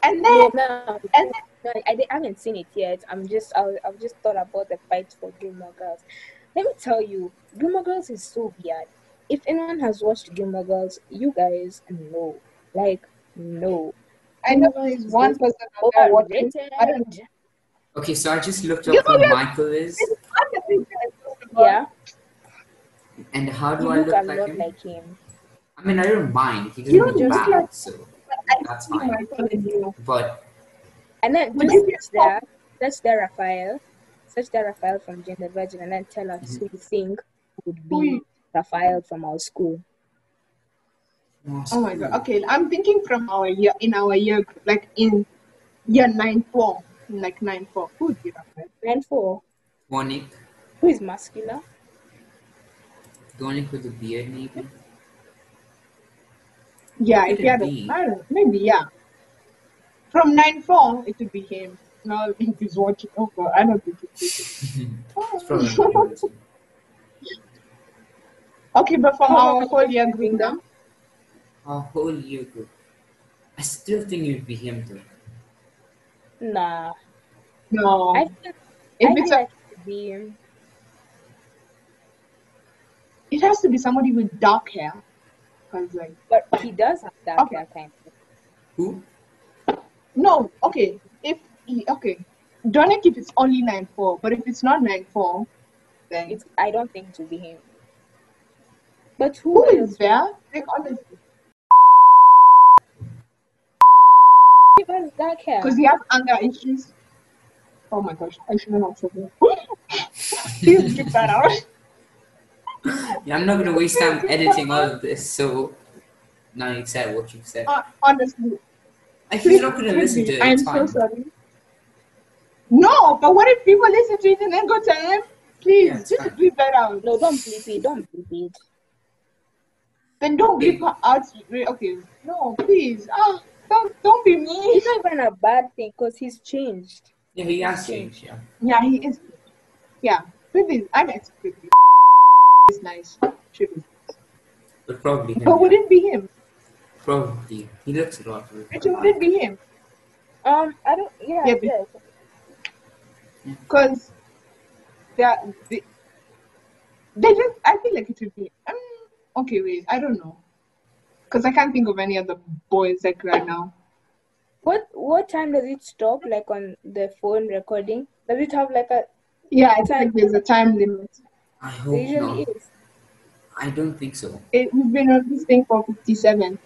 Speaker 2: And then
Speaker 3: No, no,
Speaker 2: and then,
Speaker 3: no, I, di- I haven't seen it yet. I'm just, I, I've just thought about the fight for Gilmore Girls. Let me tell you, Gilmore Girls is so weird. If anyone has watched Gilmore Girls, you guys know, like, no,
Speaker 2: I know there's one person out there watching.
Speaker 3: overrated.
Speaker 2: I don't know.
Speaker 1: Okay, so I just looked
Speaker 2: You
Speaker 1: up who
Speaker 2: know that-
Speaker 1: Michael is,
Speaker 2: It's one person-
Speaker 3: Yeah,
Speaker 1: and how do
Speaker 3: you
Speaker 1: I
Speaker 3: look
Speaker 1: look
Speaker 3: a
Speaker 1: like
Speaker 3: lot
Speaker 1: him?
Speaker 3: like him.
Speaker 1: I mean, I don't mind. He
Speaker 2: You
Speaker 1: doesn't
Speaker 2: don't
Speaker 1: look
Speaker 2: just
Speaker 1: bad,
Speaker 2: like-
Speaker 1: so
Speaker 2: I
Speaker 1: That's
Speaker 2: see
Speaker 1: fine.
Speaker 2: Michael in you.
Speaker 1: but
Speaker 3: And then
Speaker 2: Would
Speaker 3: just
Speaker 2: you be
Speaker 3: search there, search there Raphael, search there Raphael from Jane the Virgin, and then tell us
Speaker 1: Mm-hmm.
Speaker 3: who you think would
Speaker 2: Who
Speaker 3: be
Speaker 2: you-
Speaker 3: Raphael from our school.
Speaker 2: Oh my god. Okay, I'm thinking from our year in our year group, like in year nine four, in like nine four. Who would be Raphael?
Speaker 3: And four,
Speaker 1: Tonic,
Speaker 3: who is muscular?
Speaker 1: Tonic with a beard, maybe.
Speaker 2: Yeah,
Speaker 1: Who
Speaker 2: if
Speaker 1: could
Speaker 2: he had
Speaker 1: it
Speaker 2: a,
Speaker 1: be?
Speaker 2: I don't know, maybe yeah. From nine four, it would be him. No, if he's watching. Oh god, I don't think he's
Speaker 1: It's probably not
Speaker 2: watching.
Speaker 1: him, is it?
Speaker 2: okay, but from
Speaker 3: Oh,
Speaker 2: our whole year group,
Speaker 3: Bingham.
Speaker 1: our whole year group. I still think it would be him though.
Speaker 3: Nah,
Speaker 2: no.
Speaker 3: I feel,
Speaker 2: Um, if
Speaker 3: I
Speaker 2: it's a,
Speaker 3: feel like it would be him.
Speaker 2: it has to be somebody with dark hair. Cause like
Speaker 3: But he does have that
Speaker 2: Okay.
Speaker 3: hair kind.
Speaker 1: Who?
Speaker 2: no, okay. If he, okay, Dominic, if it's only nine four, but if it's not nine four, then
Speaker 3: It's, I don't think it will be him. But who
Speaker 2: who
Speaker 3: else?
Speaker 2: is there? Like honestly,
Speaker 3: Who has dark hair?
Speaker 2: because he has anger issues. Oh my gosh, I shouldn't have said that. Please keep that out.
Speaker 1: Yeah, I'm not gonna waste time editing all of this. So now you said what you said.
Speaker 2: Hon- Uh, Honestly,
Speaker 1: If you're not gonna listen to it,
Speaker 2: I'm
Speaker 1: it's
Speaker 2: so
Speaker 1: fine.
Speaker 2: sorry. No, but what if people listen to it and then go tell him? Please,
Speaker 1: Yeah, it's
Speaker 2: just
Speaker 1: fine.
Speaker 2: bleep that out.
Speaker 3: No, don't bleep it. Don't bleep it.
Speaker 2: Then don't bleep her out. Okay. No, please. Ah, don't don't be mean.
Speaker 3: It's not even a bad thing because he's changed.
Speaker 1: Yeah, he has changed. Yeah.
Speaker 2: Yeah, he is. Yeah, Phoebe. is- I'm expecting. It's nice. Should be.
Speaker 1: But probably him.
Speaker 2: But would it be him?
Speaker 1: Probably. He looks a lot. like
Speaker 2: Rachel,
Speaker 1: him.
Speaker 2: would it be him?
Speaker 3: Um, I don't. Yeah,
Speaker 2: Yeah,
Speaker 3: yeah
Speaker 2: but-
Speaker 3: yes.
Speaker 2: Because that they, they just. I feel like it would be. Um, okay, wait. I don't know. Because I can't think of any other boys like right now.
Speaker 3: What what time does it stop? Like on the phone recording? Does it have like a?
Speaker 2: Yeah, I think there's a time limit.
Speaker 1: I
Speaker 3: There
Speaker 1: hope
Speaker 3: usually
Speaker 1: not.
Speaker 3: is.
Speaker 1: I don't think so.
Speaker 2: It, we've been on this thing for 57.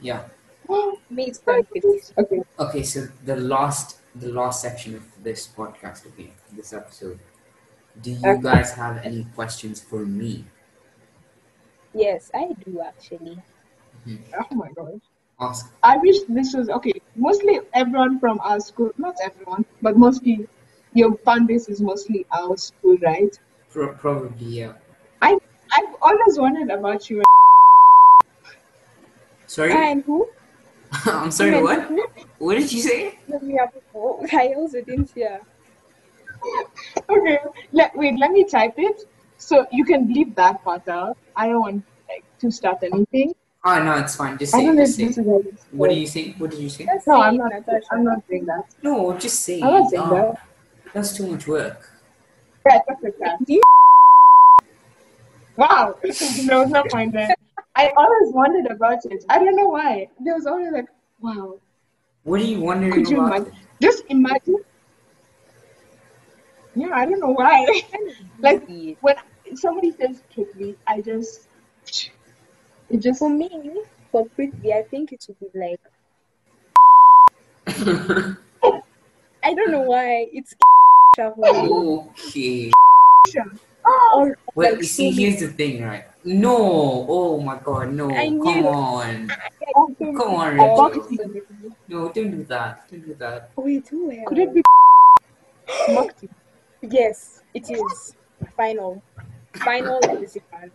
Speaker 1: Yeah.
Speaker 3: Me, it's done fifty.
Speaker 2: okay.
Speaker 1: Okay, so the last the last section of this podcast, okay, this episode. Do you
Speaker 2: Okay.
Speaker 1: guys have any questions for me?
Speaker 3: Yes, I do actually.
Speaker 2: Oh my gosh.
Speaker 1: Ask.
Speaker 2: I wish this was okay. Mostly everyone from our school, not everyone, but mostly your fan base is mostly our school, right?
Speaker 1: Pro- probably uh, yeah.
Speaker 2: I, I've always wondered about you.
Speaker 1: Sorry,
Speaker 3: And who?
Speaker 1: I'm sorry.
Speaker 3: Even
Speaker 1: What?
Speaker 3: who?
Speaker 1: What did you say?
Speaker 3: No, we have- oh, I also didn't hear.
Speaker 2: Okay. Let, wait, let me type it. So you can leave that part out. I don't want like, to start anything.
Speaker 1: Oh no, it's fine. Just
Speaker 2: I
Speaker 1: say.
Speaker 2: don't know
Speaker 1: Just
Speaker 2: if
Speaker 1: say.
Speaker 2: this is how it's
Speaker 1: What do
Speaker 2: going.
Speaker 1: you say? What did you say?
Speaker 3: Let's
Speaker 2: No,
Speaker 3: say
Speaker 2: I'm
Speaker 3: it,
Speaker 2: not.
Speaker 3: Natasha.
Speaker 2: I'm not saying that.
Speaker 1: No, just say.
Speaker 2: I'm not saying
Speaker 1: Ah,
Speaker 2: that.
Speaker 1: That's too much work.
Speaker 2: Right, perfect. yeah.
Speaker 3: Do you-
Speaker 2: Wow, there was no point there. I always wondered about it. I don't know why. There was always like, wow.
Speaker 1: What are you wondering
Speaker 2: Could you
Speaker 1: about?
Speaker 2: imagine? Just imagine. Yeah, I don't know why. like
Speaker 3: Busy.
Speaker 2: when somebody says prickly, I just it just
Speaker 3: for me, for Prithvi, I think it should be like. I don't know why it's travel
Speaker 1: Okay.
Speaker 2: oh,
Speaker 3: or
Speaker 1: Well,
Speaker 3: like
Speaker 1: you see,
Speaker 3: so many-
Speaker 1: here's the thing, right? No. Oh my God, no.
Speaker 3: I knew-
Speaker 1: Come on.
Speaker 2: oh,
Speaker 3: so
Speaker 1: Come on,
Speaker 3: many-
Speaker 2: oh,
Speaker 1: Rachel.
Speaker 2: boxy.
Speaker 1: No, don't do that. Don't do that.
Speaker 3: We do have.
Speaker 2: Could it be boxy?
Speaker 3: Yes, it is. Final. Final participant.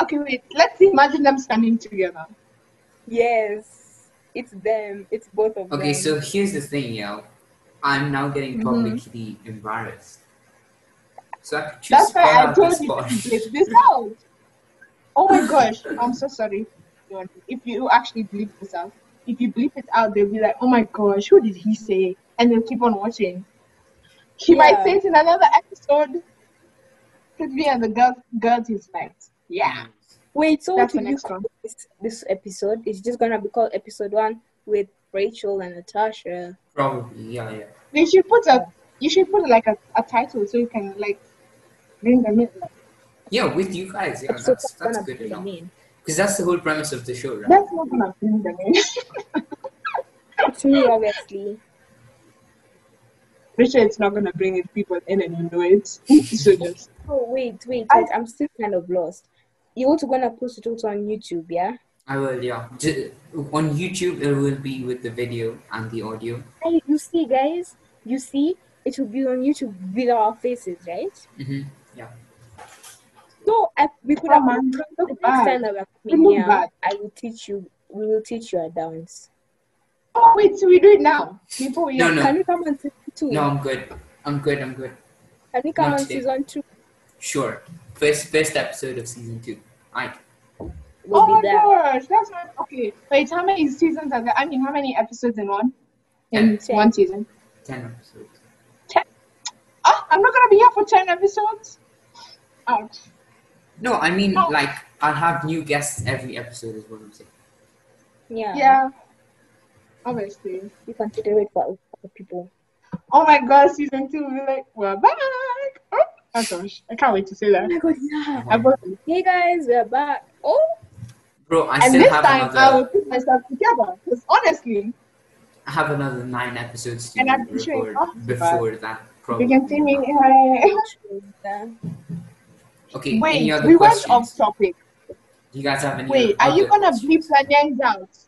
Speaker 2: Okay, wait. Let's imagine them standing together.
Speaker 3: Yes. It's them. It's both of them.
Speaker 1: Okay, so here's the thing, yo. I'm now getting
Speaker 2: Mhm.
Speaker 1: publicly embarrassed. So I could
Speaker 2: That's
Speaker 1: just
Speaker 2: why
Speaker 1: spell
Speaker 2: I
Speaker 1: out the
Speaker 2: told you
Speaker 1: spot.
Speaker 2: to bleep this out. Oh my gosh, I'm so sorry. John. If you actually bleep this out, if you bleep it out, they'll be like, oh my gosh, who did he say? And they'll keep on watching. He might
Speaker 3: Yeah.
Speaker 2: say it in another episode. Could be and the girl, girls is like, yeah.
Speaker 3: Wait, so
Speaker 2: That's
Speaker 3: what
Speaker 2: the
Speaker 3: will you
Speaker 2: next
Speaker 3: call
Speaker 2: one.
Speaker 3: this, this episode? It's just gonna be called episode one with Rachel and Natasha.
Speaker 1: Probably, yeah, yeah.
Speaker 2: You should put a, you should put like a, a title so you can like bring them in.
Speaker 1: Yeah, with you guys, yeah,
Speaker 3: episode
Speaker 1: that's
Speaker 3: one's
Speaker 1: that's
Speaker 3: gonna
Speaker 1: good
Speaker 3: be the
Speaker 1: enough.
Speaker 3: main.
Speaker 1: Because that's the whole premise of the show, right?
Speaker 2: That's not gonna bring them in.
Speaker 3: It's me, obviously.
Speaker 2: Rachel, it's not gonna bring in people in and you know it. so just
Speaker 3: Oh wait, wait,
Speaker 2: I-
Speaker 3: wait. I'm still kind of lost. You also gonna post it also on YouTube, yeah?
Speaker 1: I will, yeah. Ju- on YouTube, it will be with the video and the audio.
Speaker 3: Hey, you see, guys, you see, it will be on YouTube with our faces, right?
Speaker 1: hmm
Speaker 3: No, I, we could
Speaker 2: Oh,
Speaker 3: have.
Speaker 2: man,
Speaker 3: the
Speaker 2: look
Speaker 3: next
Speaker 2: bad.
Speaker 3: time that we're
Speaker 2: You
Speaker 3: coming
Speaker 2: look
Speaker 3: here,
Speaker 2: bad.
Speaker 3: I will teach you. We will teach you a dance.
Speaker 2: Oh wait, so we do it now. Before we
Speaker 1: No, no.
Speaker 3: Can we come on season two?
Speaker 1: No, I'm good. I'm good. I'm good.
Speaker 3: Can we come
Speaker 1: not
Speaker 3: on
Speaker 1: today.
Speaker 3: season two?
Speaker 1: Sure. First, first episode of season two. All right.
Speaker 3: We'll
Speaker 2: oh my
Speaker 3: be there.
Speaker 2: gosh, that's not okay. Wait, how many seasons are there? I mean, how many episodes in one? In
Speaker 3: Ten.
Speaker 2: one season?
Speaker 1: Ten episodes.
Speaker 2: Ah, I'm not gonna be here for ten episodes. Ouch.
Speaker 1: No, I mean
Speaker 2: No.
Speaker 1: like I'll have new guests every episode is what I'm saying.
Speaker 3: Yeah.
Speaker 2: Yeah. Obviously.
Speaker 3: You consider it for other people.
Speaker 2: Oh my god, season two, we're like, we're back. Oh my gosh, I can't wait to say
Speaker 3: Oh
Speaker 2: that.
Speaker 3: my god, yeah.
Speaker 2: I bought it.
Speaker 3: Hey guys, we're back. Oh,
Speaker 1: Bro, I
Speaker 2: And
Speaker 1: still
Speaker 2: this
Speaker 1: have
Speaker 2: time,
Speaker 1: another
Speaker 2: I will put myself together. Because honestly,
Speaker 1: I have another nine episodes to
Speaker 2: And I'm
Speaker 1: record
Speaker 2: sure it's not too
Speaker 1: before that probably.
Speaker 2: you can see me. Uh,
Speaker 1: Okay,
Speaker 2: wait,
Speaker 1: any other
Speaker 2: we went
Speaker 1: questions?
Speaker 2: off topic.
Speaker 1: Do you guys have any
Speaker 2: Wait,
Speaker 1: other
Speaker 2: are you gonna
Speaker 1: questions?
Speaker 2: bleep the names out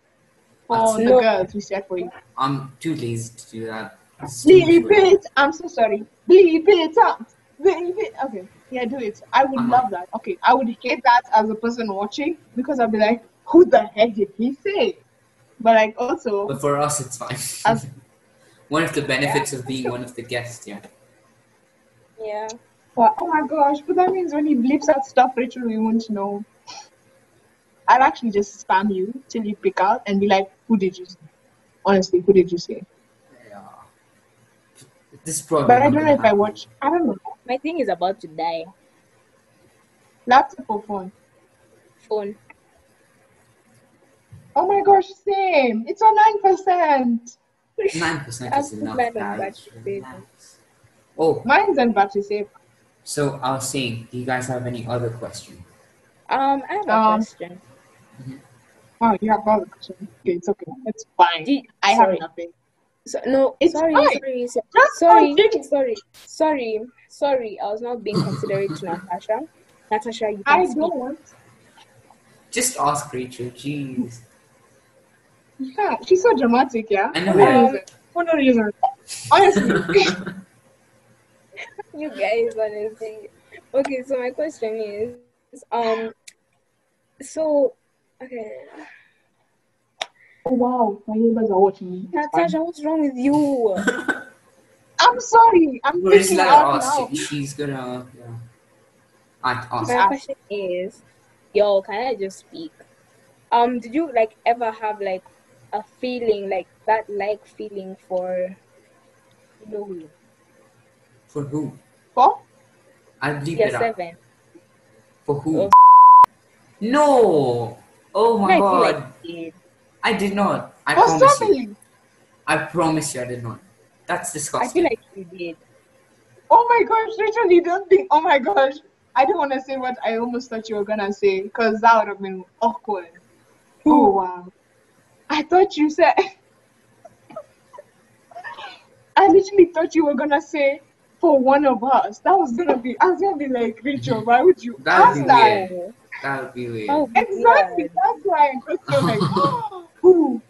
Speaker 2: for the
Speaker 3: No.
Speaker 2: girls we said for you?
Speaker 1: I'm too lazy to do that.
Speaker 2: Bleep it. I'm so sorry. Bleep it out. Bleep it. Okay, yeah, do it. I would
Speaker 1: Uh-huh.
Speaker 2: love that. Okay, I would hate that as a person watching because I'd be like, who the heck did he say? But like also,
Speaker 1: But for us, it's fine.
Speaker 2: As-
Speaker 1: one of the benefits of being one of the guests, yeah.
Speaker 3: Yeah.
Speaker 2: Well, oh my gosh, but that means when he bleeps out stuff, Rachel, we won't know. I'll actually just spam you till you pick out and be like, who did you say? Honestly, who did you say?
Speaker 1: yeah. This problem.
Speaker 2: But I don't know if I watch. I don't know.
Speaker 3: My thing is about to die.
Speaker 2: Laptop or phone?
Speaker 3: Phone.
Speaker 2: Oh my gosh, same. It's on 9%.
Speaker 1: Nine percent
Speaker 3: I'll
Speaker 1: is
Speaker 3: put
Speaker 1: enough.
Speaker 3: mine on
Speaker 1: guys.
Speaker 3: battery saver.
Speaker 1: Relax. Oh,
Speaker 2: Mine's on battery safe.
Speaker 1: so I was saying, do you guys have any other question?
Speaker 3: Um, I have a
Speaker 2: Um,
Speaker 3: question.
Speaker 2: Oh, you have all the questions. Okay, it's okay. It's fine.
Speaker 3: Do you-
Speaker 2: I
Speaker 3: sorry.
Speaker 2: have nothing.
Speaker 3: So, no,
Speaker 2: It's
Speaker 3: sorry,
Speaker 2: fine.
Speaker 3: sorry, so-
Speaker 2: Just
Speaker 3: sorry,
Speaker 2: continue.
Speaker 3: sorry, sorry, sorry. I was not being considerate to Natasha. Natasha, you
Speaker 2: I
Speaker 3: can speak.
Speaker 2: don't.
Speaker 1: Just ask Rachel. Jeez.
Speaker 2: Yeah, she's so dramatic, yeah?
Speaker 1: I know,
Speaker 2: For no
Speaker 3: yeah.
Speaker 2: reason. For no reason. Honestly.
Speaker 3: You guys, honestly. Okay, so my question is, um, so, okay,
Speaker 2: Oh, wow, my neighbors are watching me. It's fine.
Speaker 3: Natasha, what's wrong with you?
Speaker 2: I'm sorry. I'm
Speaker 1: Well, it's
Speaker 2: thinking
Speaker 1: like oh,
Speaker 2: out
Speaker 1: us.
Speaker 2: loud.
Speaker 1: She's gonna. Yeah. I ask.
Speaker 3: My question is, yo, can I just speak? Um, did you like ever have like a feeling like that like feeling for you know who?
Speaker 1: For who?
Speaker 2: For?
Speaker 1: I'll bleep
Speaker 3: Yeah,
Speaker 1: it out.
Speaker 3: seven.
Speaker 1: For who?
Speaker 3: Oh.
Speaker 1: No! Oh my
Speaker 3: I feel
Speaker 1: god.
Speaker 3: like it.
Speaker 1: I did not. I
Speaker 2: For
Speaker 1: promise you.
Speaker 2: somebody.
Speaker 1: I promise you I did not. That's
Speaker 3: I feel
Speaker 1: disgusting.
Speaker 3: like you did.
Speaker 2: Oh my gosh, Rachel, you don't think. Oh my gosh. I don't want to say what I almost thought you were going to say because that would have been awkward. Oh, wow. I thought you said. I literally thought you were going to say for one of us. That was going to be. I was going to be like, Rachel, why would you
Speaker 1: That
Speaker 2: ask
Speaker 1: would be
Speaker 2: that?
Speaker 1: weird. that would be weird.
Speaker 3: Oh,
Speaker 2: Exactly.
Speaker 3: weird.
Speaker 2: That's why I just feel like, who?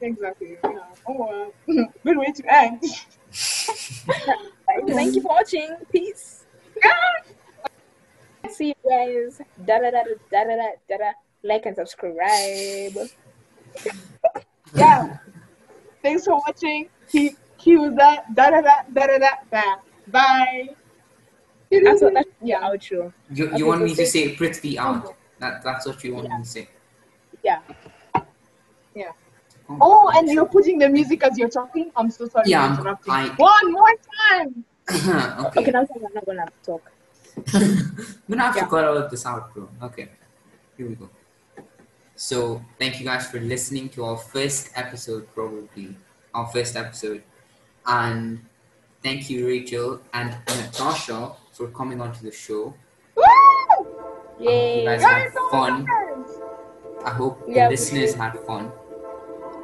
Speaker 2: Exactly. Yeah. Oh, wow. Good way to end.
Speaker 3: Thank you for watching. Peace. See you guys. Da da da da da da da da. Like and subscribe.
Speaker 2: yeah. Thanks for watching. He he was that da da da da da da da. Bye.
Speaker 3: That's what that's the
Speaker 2: yeah.
Speaker 3: outro.
Speaker 1: You, you
Speaker 3: okay,
Speaker 1: want
Speaker 3: so
Speaker 1: me to
Speaker 3: say- Oh.
Speaker 1: say Prithvi out. That, that's what you want me to say.
Speaker 3: Yeah.
Speaker 2: Oh, and you're putting the music as you're talking. I'm so sorry.
Speaker 1: Yeah,
Speaker 2: for
Speaker 1: I'm-
Speaker 2: interrupting.
Speaker 1: I-
Speaker 2: One more time.
Speaker 1: okay.
Speaker 3: Okay, now I'm not gonna talk.
Speaker 1: I'm gonna have to
Speaker 3: Yeah.
Speaker 1: cut all of this out, bro. Okay, here we go. So, thank you guys for listening to our first episode, probably our first episode, and thank you, Rachel and Natasha, for coming onto the show.
Speaker 2: Woo!
Speaker 1: Oh,
Speaker 2: oh,
Speaker 1: You
Speaker 3: Yay.
Speaker 1: guys had fun. I hope the
Speaker 3: Yeah, we
Speaker 1: listeners had fun,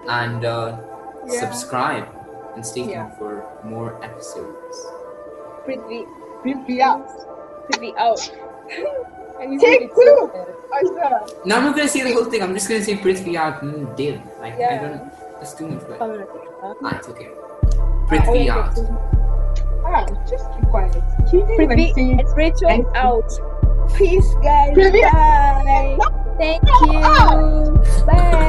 Speaker 1: and uh,
Speaker 2: Yeah.
Speaker 1: subscribe and stay tuned
Speaker 2: Yeah.
Speaker 1: for more episodes.
Speaker 3: Prithvi,
Speaker 2: Creepy out.
Speaker 3: Prithvi out. And you
Speaker 2: Take
Speaker 3: said it so
Speaker 2: two.
Speaker 3: well.
Speaker 2: I swear.
Speaker 1: Now I'm not gonna say the whole thing. I'm just gonna say Prithvi out and Dev. Like I
Speaker 3: Yeah.
Speaker 1: don't. That's too much. But...
Speaker 3: I'm gonna take it back.
Speaker 1: Ah, it's okay.
Speaker 3: Oh,
Speaker 1: Prithvi
Speaker 3: yeah,
Speaker 1: out.
Speaker 2: Ah, just keep quiet. He didn't
Speaker 3: Prithvi
Speaker 2: even sing.
Speaker 3: and Rachel
Speaker 2: Thank you.
Speaker 3: out. Peace, guys.
Speaker 2: Prithvi-
Speaker 3: Bye. Thank you. Bye.